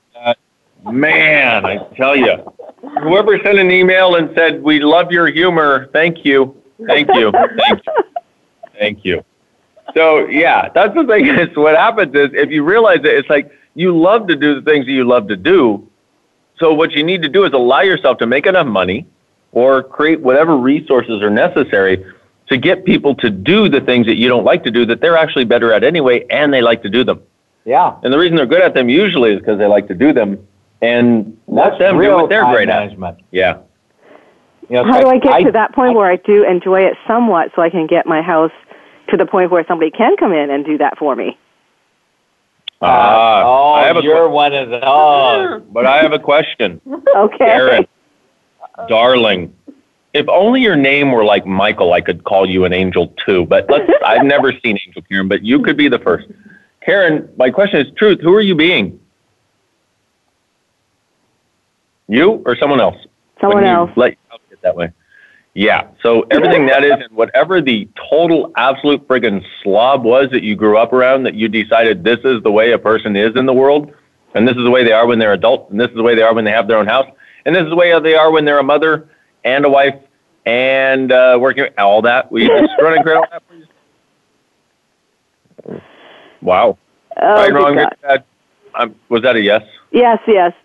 D: man, I tell you, whoever sent an email and said we love your humor, thank you, thank you, thank you, thank you. So yeah, that's the thing. Is what happens is if you realize it, it's like you love to do the things that you love to do. So what you need to do is allow yourself to make enough money, or create whatever resources are necessary to get people to do the things that you don't like to do that they're actually better at anyway, and they like to do them.
C: yeah.
D: And the reason they're good at them usually is because they like to do them and let them do
C: real
D: what they're
C: time
D: great at.
C: management.
D: Yeah.
C: You know, it's
J: How do I
C: like
J: get to that point where I do enjoy it somewhat so I can get my house to the point where somebody can come in and do that for me?
D: Uh,
C: Uh, oh,
D: I have a
C: your
D: que-
C: one is oh.
D: but I have a question,
J: Okay.
D: Karen, darling. If only your name were like Michael, I could call you an angel too. But let's, I've never seen Angel Karen, but you could be the first. Karen, my question is truth. Who are you being? You or someone else?
J: Someone
D: when you
J: else.
D: Let yourself get that way. Yeah. So everything that is, and whatever the total absolute friggin' slob was that you grew up around, that you decided this is the way a person is in the world, and this is the way they are when they're adult, and this is the way they are when they have their own house, and this is the way they are when they're a mother and a wife and uh, working all that. Will you just run and create all that, please? Wow.
J: Oh,
D: right,
J: good
D: wrong,
J: God.
D: good, bad. Um, was that a yes?
J: Yes, yes.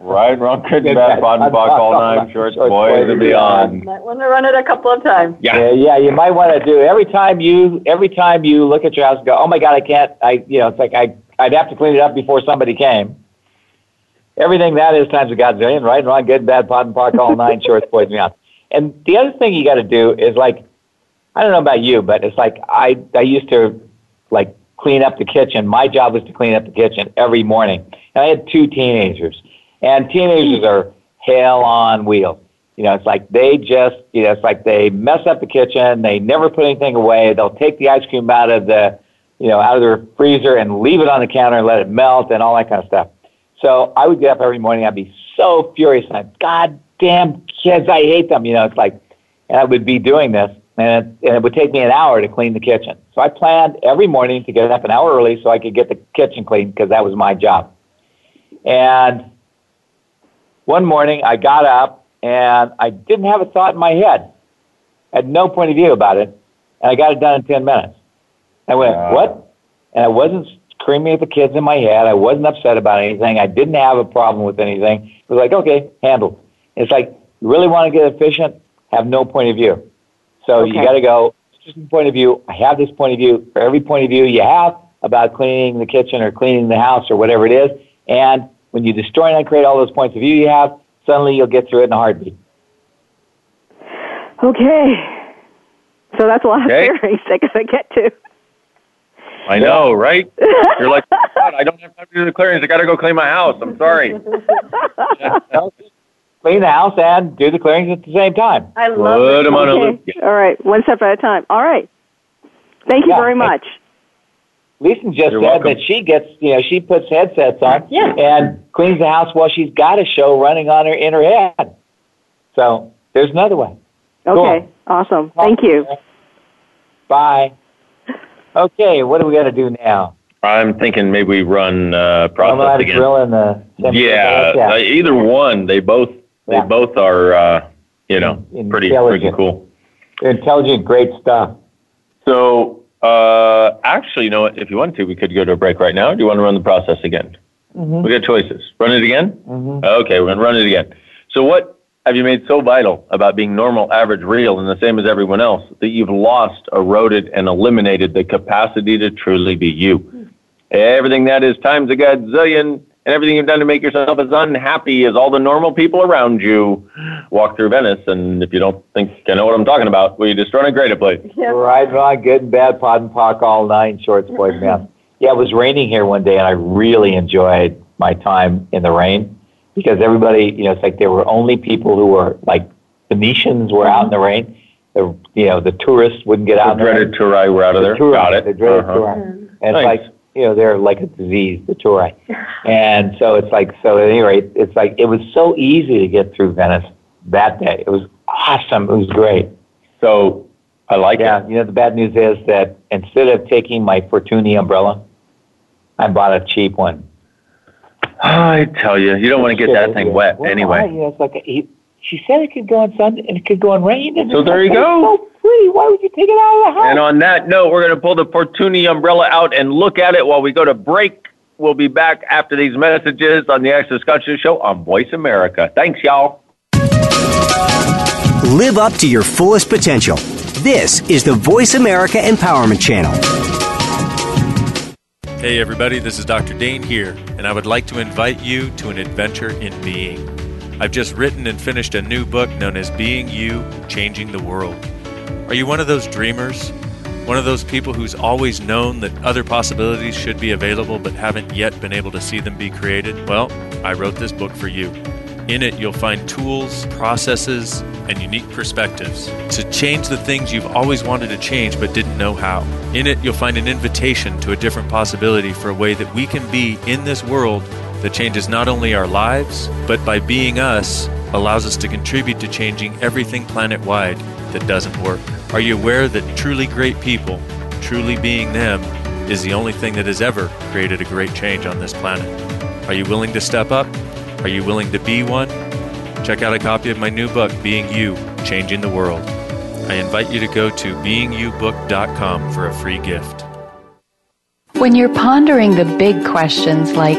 D: Right, wrong, good,
C: bad,
D: bottom,
C: fun,
D: buck,
C: fun,
D: all
C: fun,
D: nine,
C: fun,
D: shorts,
C: shorts,
D: boys, and beyond.
E: Might want to run it a couple of times.
D: Yeah.
C: Yeah, yeah, you might want to do every time you every time you look at your house and go, oh my god, I can't, I you know, it's like I I'd have to clean it up before somebody came. Everything that is times a godzillion, right? Wrong, good, bad, pot and park, all nine shorts, boys, and beyond. And the other thing you got to do is like, I don't know about you, but it's like I I used to like clean up the kitchen. My job was to clean up the kitchen every morning, and I had two teenagers, and teenagers are hell on wheels. You know, it's like they just, you know, it's like they mess up the kitchen. They never put anything away. They'll take the ice cream out of the, you know, out of their freezer and leave it on the counter and let it melt and all that kind of stuff. So I would get up every morning. I'd be so furious. And I'd, God damn kids, I hate them. You know, it's like, and I would be doing this, and it, and it would take me an hour to clean the kitchen. So I planned every morning to get up an hour early so I could get the kitchen clean because that was my job. And one morning I got up and I didn't have a thought in my head. I had no point of view about it. And I got it done in 10 minutes. I went, what? And I wasn't screaming at the kids in my head. I wasn't upset about anything. I didn't have a problem with anything. It was like, okay, handled. It's like, you really want to get efficient? Have no point of view. So you
K: Okay.
C: got to go, it's just a point of view. I have this point of view. For every point of view you have about cleaning the kitchen or cleaning the house or whatever it is. And when you destroy and create all those points of view you have, suddenly you'll get through it in a heartbeat.
J: Okay. So that's a lot
D: Okay.
J: of bearings I gotta get to.
D: I know, right? You're like, God, I don't have time to do the clearings. I got to go clean my house. I'm sorry.
C: Clean the house and do the clearings at the same time.
J: I love
D: Put
J: it.
D: 'em on a
J: okay.
D: loop.
J: All right, one step at a time. All right. Thank you very much.
C: Lisa just
D: You're
C: said
D: welcome.
C: that she gets, you know, she puts headsets on and cleans the house while she's got a show running on her in her head. So there's another way.
J: Okay. Awesome. Thank you.
C: Bye. Okay, what do we got to do now?
D: I'm thinking maybe we run uh,
C: I'm allowed
D: process
C: to
D: again.
C: drill in the
D: yeah,
C: Yeah.
D: uh, either one. They both they both are uh, you know pretty freaking cool.
C: intelligent, great stuff.
D: So uh, actually, you know what? If you want to, we could go to a break right now. Do you want to run the process again?
C: Mm-hmm.
D: We got choices. Run it again.
C: Mhm.
D: Okay, we're gonna run it again. So what have you made so vital about being normal, average, real, and the same as everyone else that you've lost, eroded, and eliminated the capacity to truly be you? Everything that is times a godzillion, and everything you've done to make yourself as unhappy as all the normal people around you. Walk through Venice, and if you don't think I know what I'm talking about, well, you just run a greater place.
C: Right, wrong, good and bad, pod and pock, all nine shorts, boys, man. Yeah, it was raining here one day, and I really enjoyed my time in the rain because everybody, you know, it's like there were only people who were like Venetians were out in the rain. The you know the tourists wouldn't get out.
D: The dreaded Turai were out of there. Got it.
C: The dreaded
D: Uh-huh.
C: Turai. And it's
D: Nice.
C: like you know they're like a disease, the Turai. And so it's like so at any rate, it's like it was so easy to get through Venice that day. It was awesome. It was great.
D: So I like
C: yeah, You know, the bad news is that instead of taking my Fortuny umbrella, I bought a cheap one.
D: I tell you, you don't want to get that thing wet
C: Well, I,
D: anyway.
C: you know, it's like he, she said it could go in sun and it could go in rain. And
D: So
C: it's
D: there you
C: like,
D: go.
C: it's So pretty. Why would you take it out of the house?
D: And on that note, we're going to pull the Fortuny umbrella out and look at it while we go to break. We'll be back after these messages on the Access Conscious Show on Voice America. Thanks, y'all.
L: Live up to your fullest potential. This is the Voice America Empowerment Channel.
M: Hey everybody, this is Dr. Dane here, and I would like to invite you to an adventure in being. I've just written and finished a new book known as Being You, Changing the World. Are you one of those dreamers? One of those people who's always known that other possibilities should be available but haven't yet been able to see them be created? Well, I wrote this book for you. In it, you'll find tools, processes, and unique perspectives to change the things you've always wanted to change but didn't know how. In it, you'll find an invitation to a different possibility for a way that we can be in this world that changes not only our lives, but by being us, allows us to contribute to changing everything planet wide that doesn't work. Are you aware that truly great people, truly being them, is the only thing that has ever created a great change on this planet? Are you willing to step up? Are you willing to be one? Check out a copy of my new book, Being You Changing the World. I invite you to go to beingyoubook.com for a free gift.
H: When you're pondering the big questions like,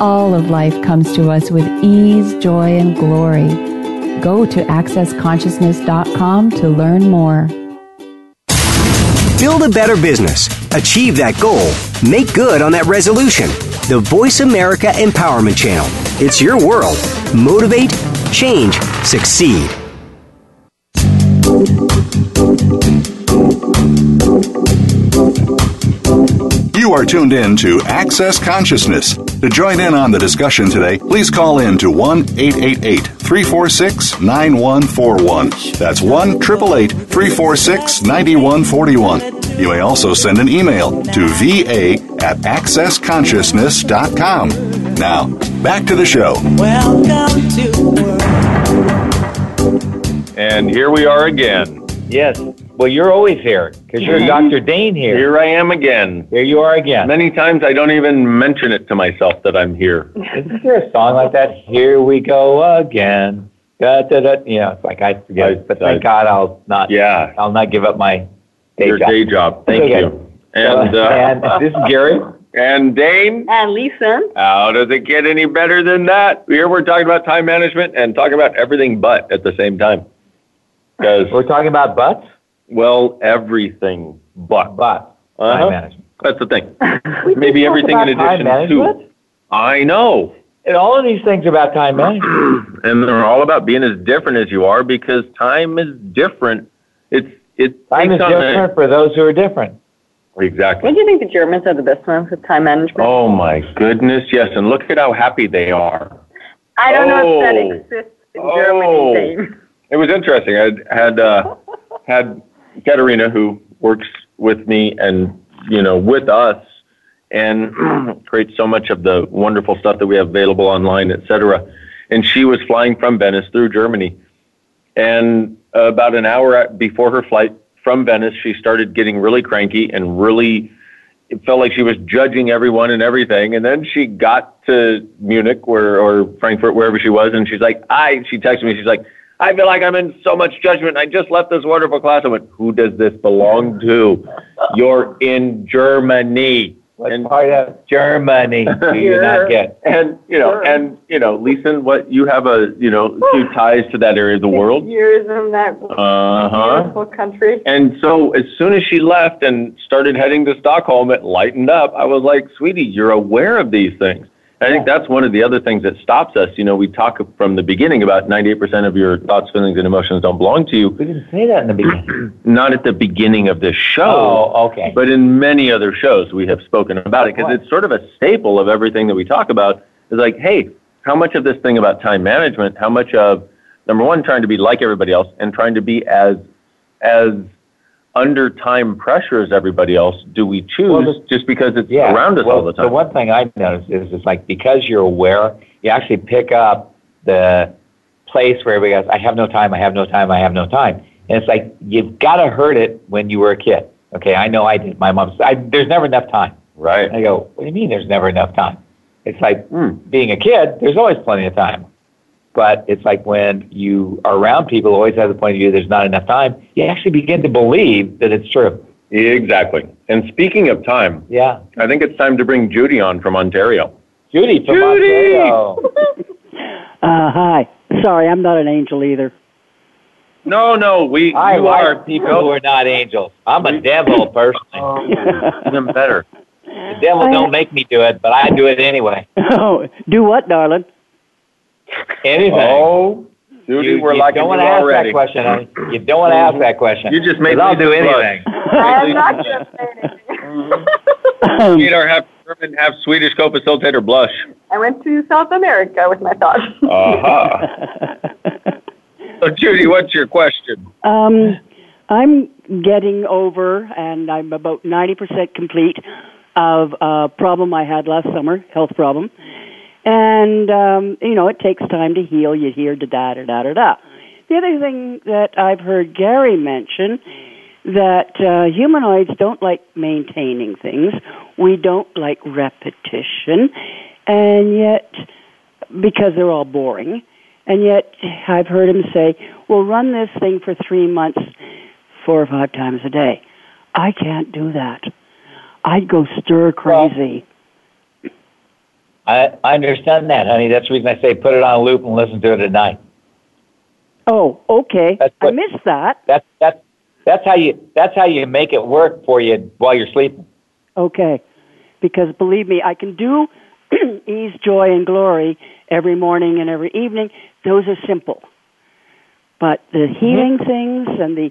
H: All of life comes to us with ease, joy, and glory. Go to AccessConsciousness.com to learn more.
L: Build a better business. Achieve that goal. Make good on that resolution. The Voice America Empowerment Channel. It's your world. Motivate, change, succeed.
A: You are tuned in to Access Consciousness. To join in on the discussion today, please call in to 1 888 346 9141. That's 1 888 346 9141. You may also send an email to va at accessconsciousness.com. Now, back to the show.
B: Welcome to
D: And here we are again. Mm-hmm.
C: Yes. Well, you're always here because you're Dr. Dane here.
D: Here I am again.
C: Here you are again.
D: Many times I don't even mention it to myself that I'm here.
C: Isn't there a song like that? Here we go again. Da, da, da. You know, it's like I forget, but thank God I'll not.
D: Yeah,
C: I'll not give up my day
D: Your
C: job.
D: day job.
C: Thank you.
D: And, uh,
C: and this is Gary.
D: And Dane,
E: And Lisa,
D: how does it get any better than that? Here we're talking about time management and talking about everything but at the same time. Because
C: we're talking about butts.
D: Well, everything but
C: but
D: uh-huh.
C: management.
D: That's the thing. Maybe
C: talk
D: everything in
C: about time
D: addition to.
C: management?
D: I know.
C: And all of these things are about time management.
D: and they're all about being as different as you are because time is different. It's it
C: Time is
D: takes on a-
C: different for those who are different.
D: exactly.
E: don't you think the Germans are the best ones with time management?
D: Oh my goodness, yes, and look at how happy they are.
E: I don't know if that
D: Oh.
E: exists in
D: Oh.
E: Germany. Dave.
D: It was interesting. I had uh, had Katerina, who works with me and you know with us, and creates so much of the wonderful stuff that we have available online, et cetera. And she was flying from Venice through Germany, and about an hour before her flight from Venice, she started getting really cranky and really. It felt like she was judging everyone and everything, and then she got to Munich where or Frankfurt, wherever she was, and she's like, "I." She texted me. She's like, I feel like I'm in so much judgment. I just left this wonderful class. I went, who does this belong to? You're in Germany. and
C: part of Germany do you not get?
D: And you know, and you know, Lisa, what you have a you know few ties to that area of the world.
E: Years in that
D: Uh huh.
E: beautiful country.
D: And so as soon as she left and started heading to Stockholm, it lightened up. I was like, sweetie, you're aware of these things. And I think that's one of the other things that stops us. You know, we talk from the beginning about 98% of your thoughts, feelings, and emotions don't belong to you. We
C: didn't say that in the beginning.
D: Not at the beginning of this show.
C: Oh, okay.
D: But in many other shows, we have spoken about it because it's sort of a staple of everything that we talk about. Is like, hey, how much of this thing about time management? How much of number one, trying to be like everybody else, and trying to be as as under time pressure as everybody else do we choose just because it's around us
C: well,
D: all the time?
C: The one thing I noticed is it's like because you're aware, you actually pick up the place where everybody goes, I have no time, I have no time, I have no time. And it's like you've got to hurt it when you were a kid. Okay, I know I did. My mom said, I, there's never enough time.
D: Right. Hmm.
C: I go, what do you mean there's never enough time? It's like being a kid, there's always plenty of time. But it's like when you are around people who always have the point of view there's not enough time, you actually begin to believe that it's true.
D: exactly. And speaking of time,
C: Yeah.
D: I think it's time to bring Judy on from Ontario.
C: Judy from
D: Judy!
C: Ontario.
K: Uh, hi. Sorry, I'm not an angel either.
D: No, no, we
C: I
D: you
C: like
D: are
C: people who are not angels. I'm a devil personally.
D: Even better.
C: The devil don't make me do it, but I do it anyway.
K: Oh, do what, darling?
C: Anything.
D: Oh, Judy,
C: you,
D: we're
C: you
D: liking
C: don't wanna
D: you
C: ask
D: already. Mm-hmm.
C: that question. honey. You don't want to ask that question.
D: You just made
C: 'Cause I'll
D: Lisa
C: do
D: blush.
C: anything.
E: I'm not going to say
K: Um,
E: anything.
D: Made our half German, half Swedish co-facilitator blush.
E: I went to South America with my thoughts.
D: Uh-huh. so, Judy, what's your question?
K: Um, I'm getting over, and I'm about 90% complete of a problem I had last summer, health problem. And, um, you know, it takes time to heal. You hear da da da da da da. The other thing that I've heard Gary mention that uh, humanoids don't like maintaining things. We don't like repetition. And yet, because they're all boring, And yet, I've heard him say, "We'll run this thing for three months, four or five times a day." I can't do that. I'd go stir crazy.
C: I, I understand that, honey. That's the reason I say put it on loop and listen to it at night.
K: oh, okay. I missed that.
C: That's that's that's how you that's how you make it work for you while you're sleeping.
K: Okay. Because believe me, I can do ease, joy, and glory every morning and every evening. Those are simple. But the healing
I: Mm-hmm.
K: things and the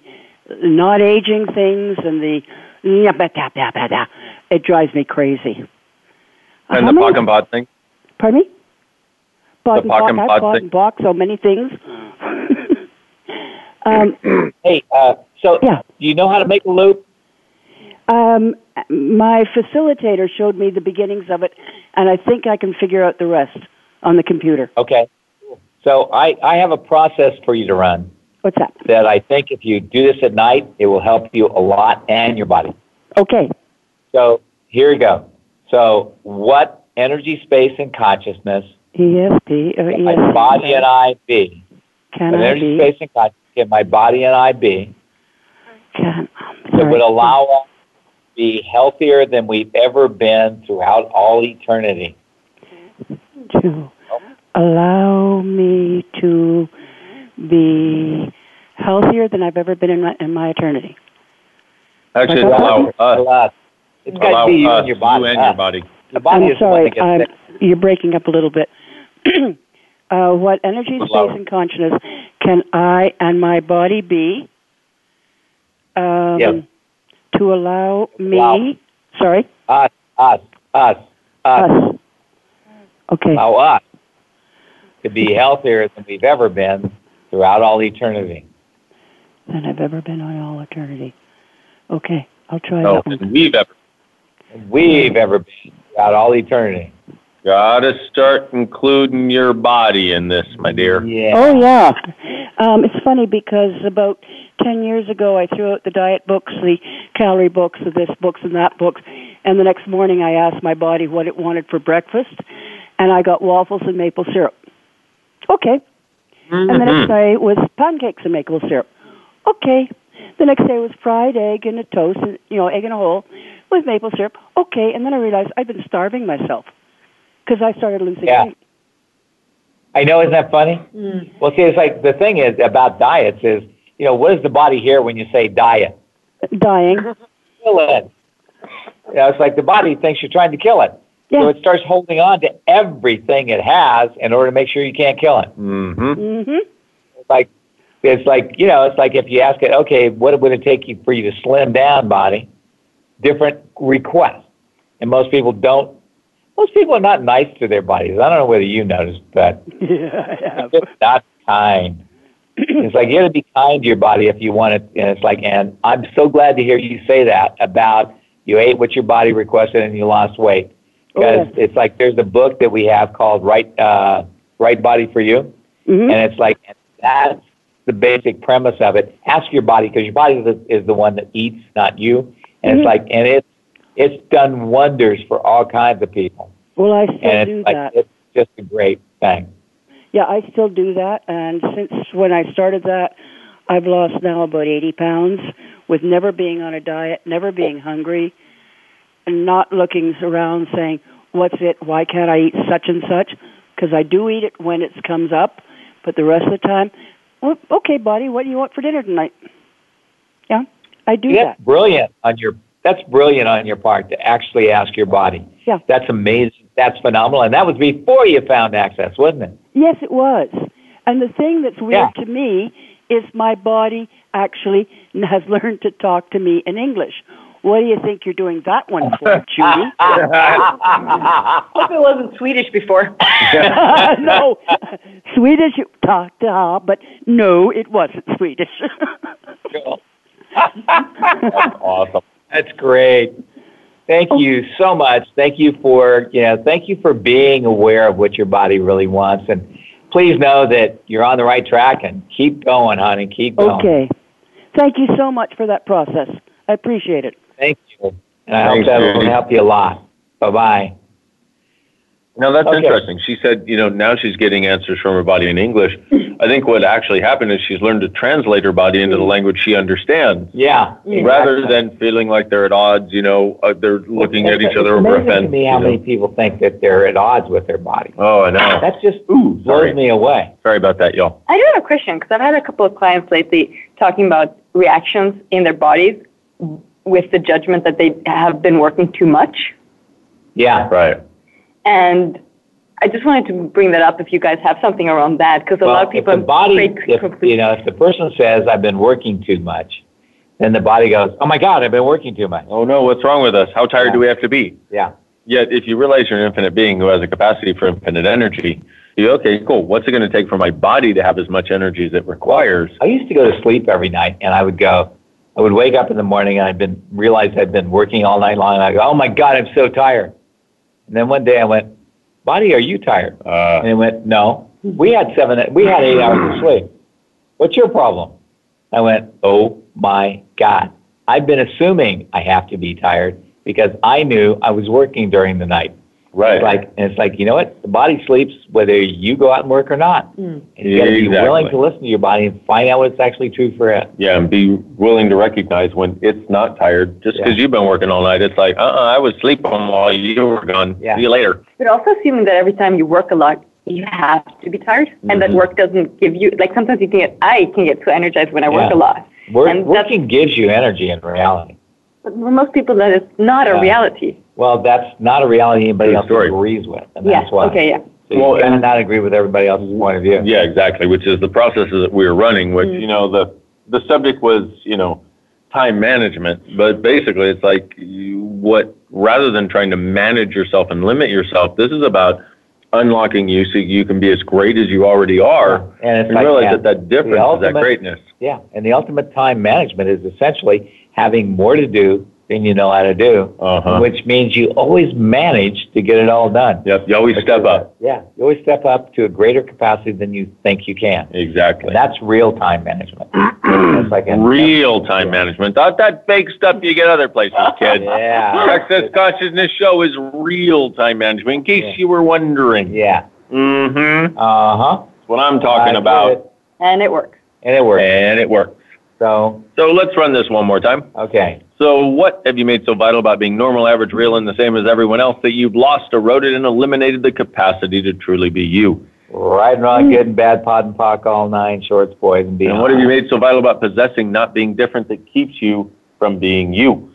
K: not aging things and the it drives me crazy.
D: And
K: How
D: the
K: many-
D: pock and pod thing.
K: Pardon me? Bought and
D: The Pock
K: bought-
D: and
K: I've
D: Pod
K: bought
D: thing.
K: and bought so many things. um,
C: hey, uh, so do you know how to make a loop?
K: Um, my facilitator showed me the beginnings of it, and I think I can figure out the rest on the computer.
C: Okay. So I, I have a process for you to run
K: What's that?
C: that I think if you do this at night, it will help you a lot and your body.
K: Okay.
C: So here we go. So what energy, space, and consciousness
K: ESP E or
C: can my
K: ESP.
C: body and I be?
K: Can
C: What
K: I be?
C: energy, space, and consciousness can my body and I be
K: Can,
C: that would allow us to be healthier than we've ever been throughout all eternity?
K: to allow me to be healthier than I've ever been in my, in my eternity.
D: Actually,
K: Like
D: allow
K: that?
D: us.
C: It's
K: gotta
D: allow
K: be you and
D: us,
K: your body,
D: You and
K: huh?
D: your body.
K: I'm sorry, I'm, you're breaking up a little bit. uh, what energy, space, and consciousness can I and my body be um,
C: Yeah.
K: to allow me?
C: Allow.
K: Sorry?
C: Us, us, us, us.
K: Okay.
C: Allow us to be healthier than we've ever been throughout all eternity.
K: Than I've ever been on all eternity. Okay, I'll try
D: No,
K: that one.
D: we've ever.
C: We've ever been throughout all eternity.
D: Gotta start including your body in this, my dear.
C: Yeah.
K: Oh yeah, um, it's funny because about ten years ago, I threw out the diet books, the calorie books, the this books and that books, and the next morning I asked my body what it wanted for breakfast, and I got waffles and maple syrup. Okay, and the
C: Mm-hmm.
K: next day was pancakes and maple syrup. Okay, the next day was fried egg and a toast, and, you know, egg and a hole with maple syrup. Okay, and then I realized I'd been starving myself because I started losing
C: Yeah.
K: weight.
C: I know, isn't that funny? Well, see, it's like the thing is about diets is, you know, what does the body hear when you say diet?
K: Dying.
C: Kill it. You know, it's like the body thinks you're trying to kill it. So
K: Yeah.
C: it starts holding on to everything it has in order to make sure you can't kill it.
D: Mm-hmm.
K: Mm-hmm.
C: Hmm? It's like, it's like, you know, it's like if you ask it, okay, what would it take you for you to slim down body? Different requests. And most people don't, most people are not nice to their bodies. I don't know whether you noticed that.
K: Yeah, I have.
C: It's not kind. it's like you got to be kind to your body if you want it. And it's like, and I'm so glad to hear you say that about you ate what your body requested and you lost weight. Because it's like there's a book that we have called Right uh, Right Body for You,
K: Mm-hmm.
C: and it's like that's the basic premise of it. Ask your body because your body is the, is the one that eats, not you.
K: Mhm.
C: And it's like, and it's it's done wonders for all kinds of people.
K: Well, I still
C: and it's
K: do
C: like
K: that.
C: it's just a great thing.
K: Yeah, I still do that, and since when I started that, I've lost now about eighty pounds with never being on a diet, never being hungry, and not looking around saying, "What's it? Why can't I eat such and such?" Because I do eat it when it comes up, but the rest of the time, well, okay, buddy, what do you want for dinner tonight? Yeah, I do
C: that's brilliant on your that's brilliant on your part to actually ask your body.
K: Yeah.
C: That's amazing. That's phenomenal. And that was before you found access, wasn't it?
K: that. Yes, it was. And the thing that's weird to me is my body actually has learned to talk to me in English. What do you think you're doing that one for, Judy?
E: Hope it wasn't Swedish before.
K: no, Swedish it talked to her, but no, it wasn't Swedish.
C: That's awesome. That's great. Thank you so much. Thank you for you know, thank you for being aware of what your body really wants and please know that you're on the right track and keep going, honey. Keep going.
K: okay. Thank you so much for that process. I appreciate it.
C: Thank you. And I hope
K: Thanks,
C: that will
K: Judy.
C: help you a lot. Bye bye.
D: No, that's interesting. She said, you know, now she's getting answers from her body in English. I think what actually happened is she's learned to translate her body into the language she understands.
C: Yeah. Yeah.
D: Rather than feeling like they're at odds, you know, uh, they're looking at each other
C: it's
D: over a
C: amazing
D: fence.
C: to me
D: you
C: how
D: know.
C: many people think that they're at odds with their body.
D: Oh, I know.
C: That's just ooh, blows me away.
D: Sorry about that, y'all.
E: I do have a question because I've had a couple of clients lately talking about reactions in their bodies with the judgment that they have been working too much.
C: Yeah.
D: Right.
E: And I just wanted to bring that up if you guys have something around that because a lot of
C: Well, if
E: people
C: the body,
E: create
C: if, you know, if the person says, I've been working too much, then the body goes, oh my God, I've been working too much.
D: Oh, no, what's wrong with us? How tired do we have to be?
C: Yeah.
D: Yet, if you realize you're an infinite being who has a capacity for infinite energy, you okay, cool. What's it going to take for my body to have as much energy as it requires?
C: I used to go to sleep every night and I would go, I would wake up in the morning and I'd been, realized I'd been working all night long. And I go, oh my God, I'm so tired. And then one day I went, body, are you tired?
D: Uh.
C: and it went, no, we had seven, we had eight hours of sleep. What's your problem? I went, oh my God. I've been assuming I have to be tired because I knew I was working during the night.
D: Right.
C: It's like, and it's like, you know what? The body sleeps whether you go out and work or not. And you got to be
D: Exactly.
C: willing to listen to your body and find out what's actually true for it.
D: Yeah, and be willing to recognize when it's not tired. Just because you've been working all night, it's like, uh, uh I was sleeping while you were gone. See you later.
E: But also assuming that every time you work a lot, you have to be tired, and
D: Mm-hmm.
E: that work doesn't give you like sometimes you can get I can get so energized when I work a
C: Yeah.
E: lot,
C: Work,
E: and that's
C: working gives you energy in reality.
E: but for most people that is not
C: Yeah.
E: a reality.
C: Well, that's not a reality anybody else agrees with, and
E: yeah.
C: that's why.
E: Okay. Yeah.
C: So you gotta not agree with everybody else's point of view.
D: Yeah, exactly. Which is the processes that we were running.
C: Mm.
D: Which you know the the subject was you know time management, but basically it's like you, what rather than trying to manage yourself and limit yourself, this is about unlocking you so you can be as great as you already are,
C: And it's
D: and
C: like,
D: realize
C: yeah,
D: that that
C: the
D: difference is that
C: ultimate-
D: greatness.
C: Yeah, and the ultimate time management is essentially having more to do than you know how to do,
D: Uh-huh.
C: which means you always manage to get it all done.
D: Yep, you always step up.
C: Yeah, you always step up to a greater capacity than you think you can.
D: Exactly.
C: And that's real time management. That's like a-
D: Real time management, not that fake stuff you get other places, kid.
C: Yeah.
D: Access Consciousness Show is real time management, in case you were wondering.
C: Yeah.
D: Mm-hmm.
C: Uh-huh.
D: That's what I'm talking
C: I
D: about.
C: did it.
E: And it works.
C: And it works.
D: And it works.
C: So
D: So let's run this one more time.
C: Okay.
D: So what have you made so vital about being normal, average, real, and the same as everyone else that you've lost, eroded, and eliminated the capacity to truly be you?
C: Riding around good and bad, pod and pock, all nine, shorts, boys, and beyond.
D: And what have you made so vital about possessing not being different that keeps you from being you?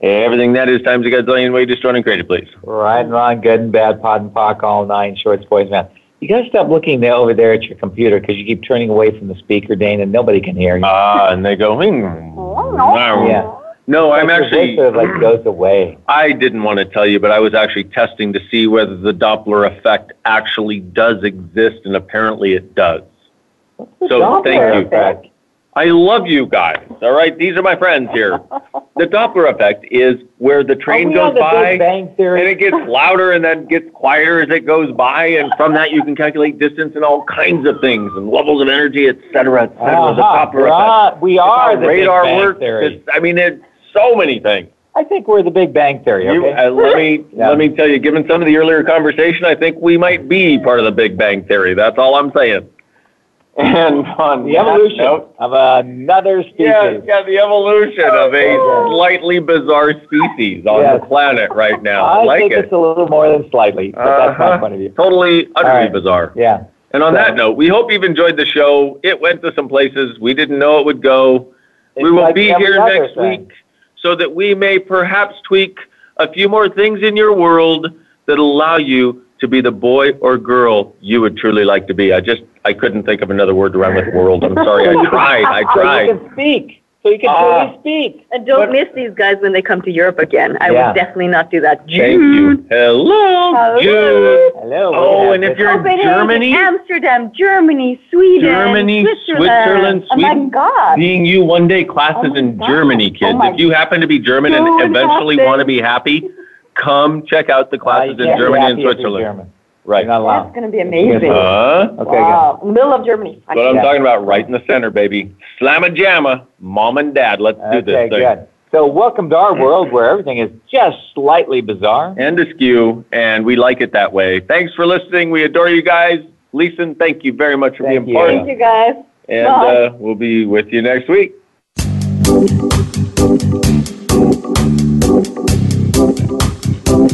D: Everything that is times a gazillion way destroyed and created, please.
C: Riding around good and bad, pod and pock, all nine, shorts, boys, and beyond. You got to stop looking there over there at your computer because you keep turning away from the speaker, Dane, and nobody can hear you.
D: Ah, and they go, hmm.
C: Yeah.
D: No, I'm
C: Your voice
D: actually.
C: sort of like goes away.
D: I didn't want to tell you, but I was actually testing to see whether the Doppler effect actually does exist, and apparently it does. So
C: Doppler
D: thank you.
C: effect?
D: I love you guys. All right, these are my friends here. The Doppler effect is where the train
C: Are we
D: goes
C: on the
D: by
C: Big Bang Theory?
D: and it gets louder and then gets quieter as it goes by, and from that you can calculate distance and all kinds of things and levels of energy, et cetera, et cetera. The
C: Uh-huh.
D: Doppler
C: We're on-
D: effect.
C: we
D: It's
C: are
D: how
C: the Big
D: radar
C: Bang
D: works.
C: Theory.
D: It's- I mean, it's so many things.
C: I think we're the Big Bang Theory.
D: You-
C: Okay?
D: uh, let me let me tell you. Given some of the earlier conversation, I think we might be part of the Big Bang Theory. That's all I'm saying. And on
C: the
D: that
C: evolution
D: note-
C: of another species.
D: yeah, yeah, the evolution of a slightly bizarre species on
C: Yes.
D: the planet right now.
C: I
D: like
C: think
D: it.
C: it's a little more than slightly, but that's my
D: Uh-huh.
C: point of view.
D: Totally, utterly bizarre.
C: Yeah.
D: And on
C: So-
D: that note, we hope you've enjoyed the show. It went to some places we didn't know it would go. we
C: It's
D: will
C: like
D: be
C: every
D: here
C: other
D: next
C: thing.
D: week so that we may perhaps tweak a few more things in your world that allow you to be the boy or girl you would truly like to be. I just I couldn't think of another word to rhyme with world. I'm sorry. I tried. I
C: So you
D: tried.
C: can speak. So you can
D: Ah.
C: truly speak.
E: And don't miss these guys when they come to Europe again. I
D: Yeah.
E: would definitely not do that.
D: Thank you. Hello,
E: Hello.
D: June.
C: Hello.
D: Oh, and if you're in
E: Copenhagen,
D: Germany,
E: Amsterdam, Germany, Sweden,
D: Germany, Switzerland,
E: Switzerland. Oh my
D: Sweden.
E: God!
D: Being you one day classes
E: Oh
D: in
E: my God.
D: Germany, kids.
E: Oh my
D: if you happen to be German
E: Don't
D: and eventually
E: happen.
D: want to be happy, come check out the classes in
C: can't be
D: Germany and
C: happy if you're
D: Switzerland.
C: German.
D: Right.
C: Not allowed.
E: That's going to be amazing.
D: Huh?
C: Okay.
E: wow, middle of Germany.
D: That's what I'm talking about, right in the center, baby. Slamma jamma, mom and dad. Let's do
C: Good.
D: this
C: Okay.
D: thing.
C: Good. So, welcome to our world where everything is just slightly bizarre.
D: and askew, and we like it that way. Thanks for listening. We adore you guys. Leeson, thank you very much for being part.
E: Thank you guys.
D: And
E: Bye.
D: uh, we'll be with you next week.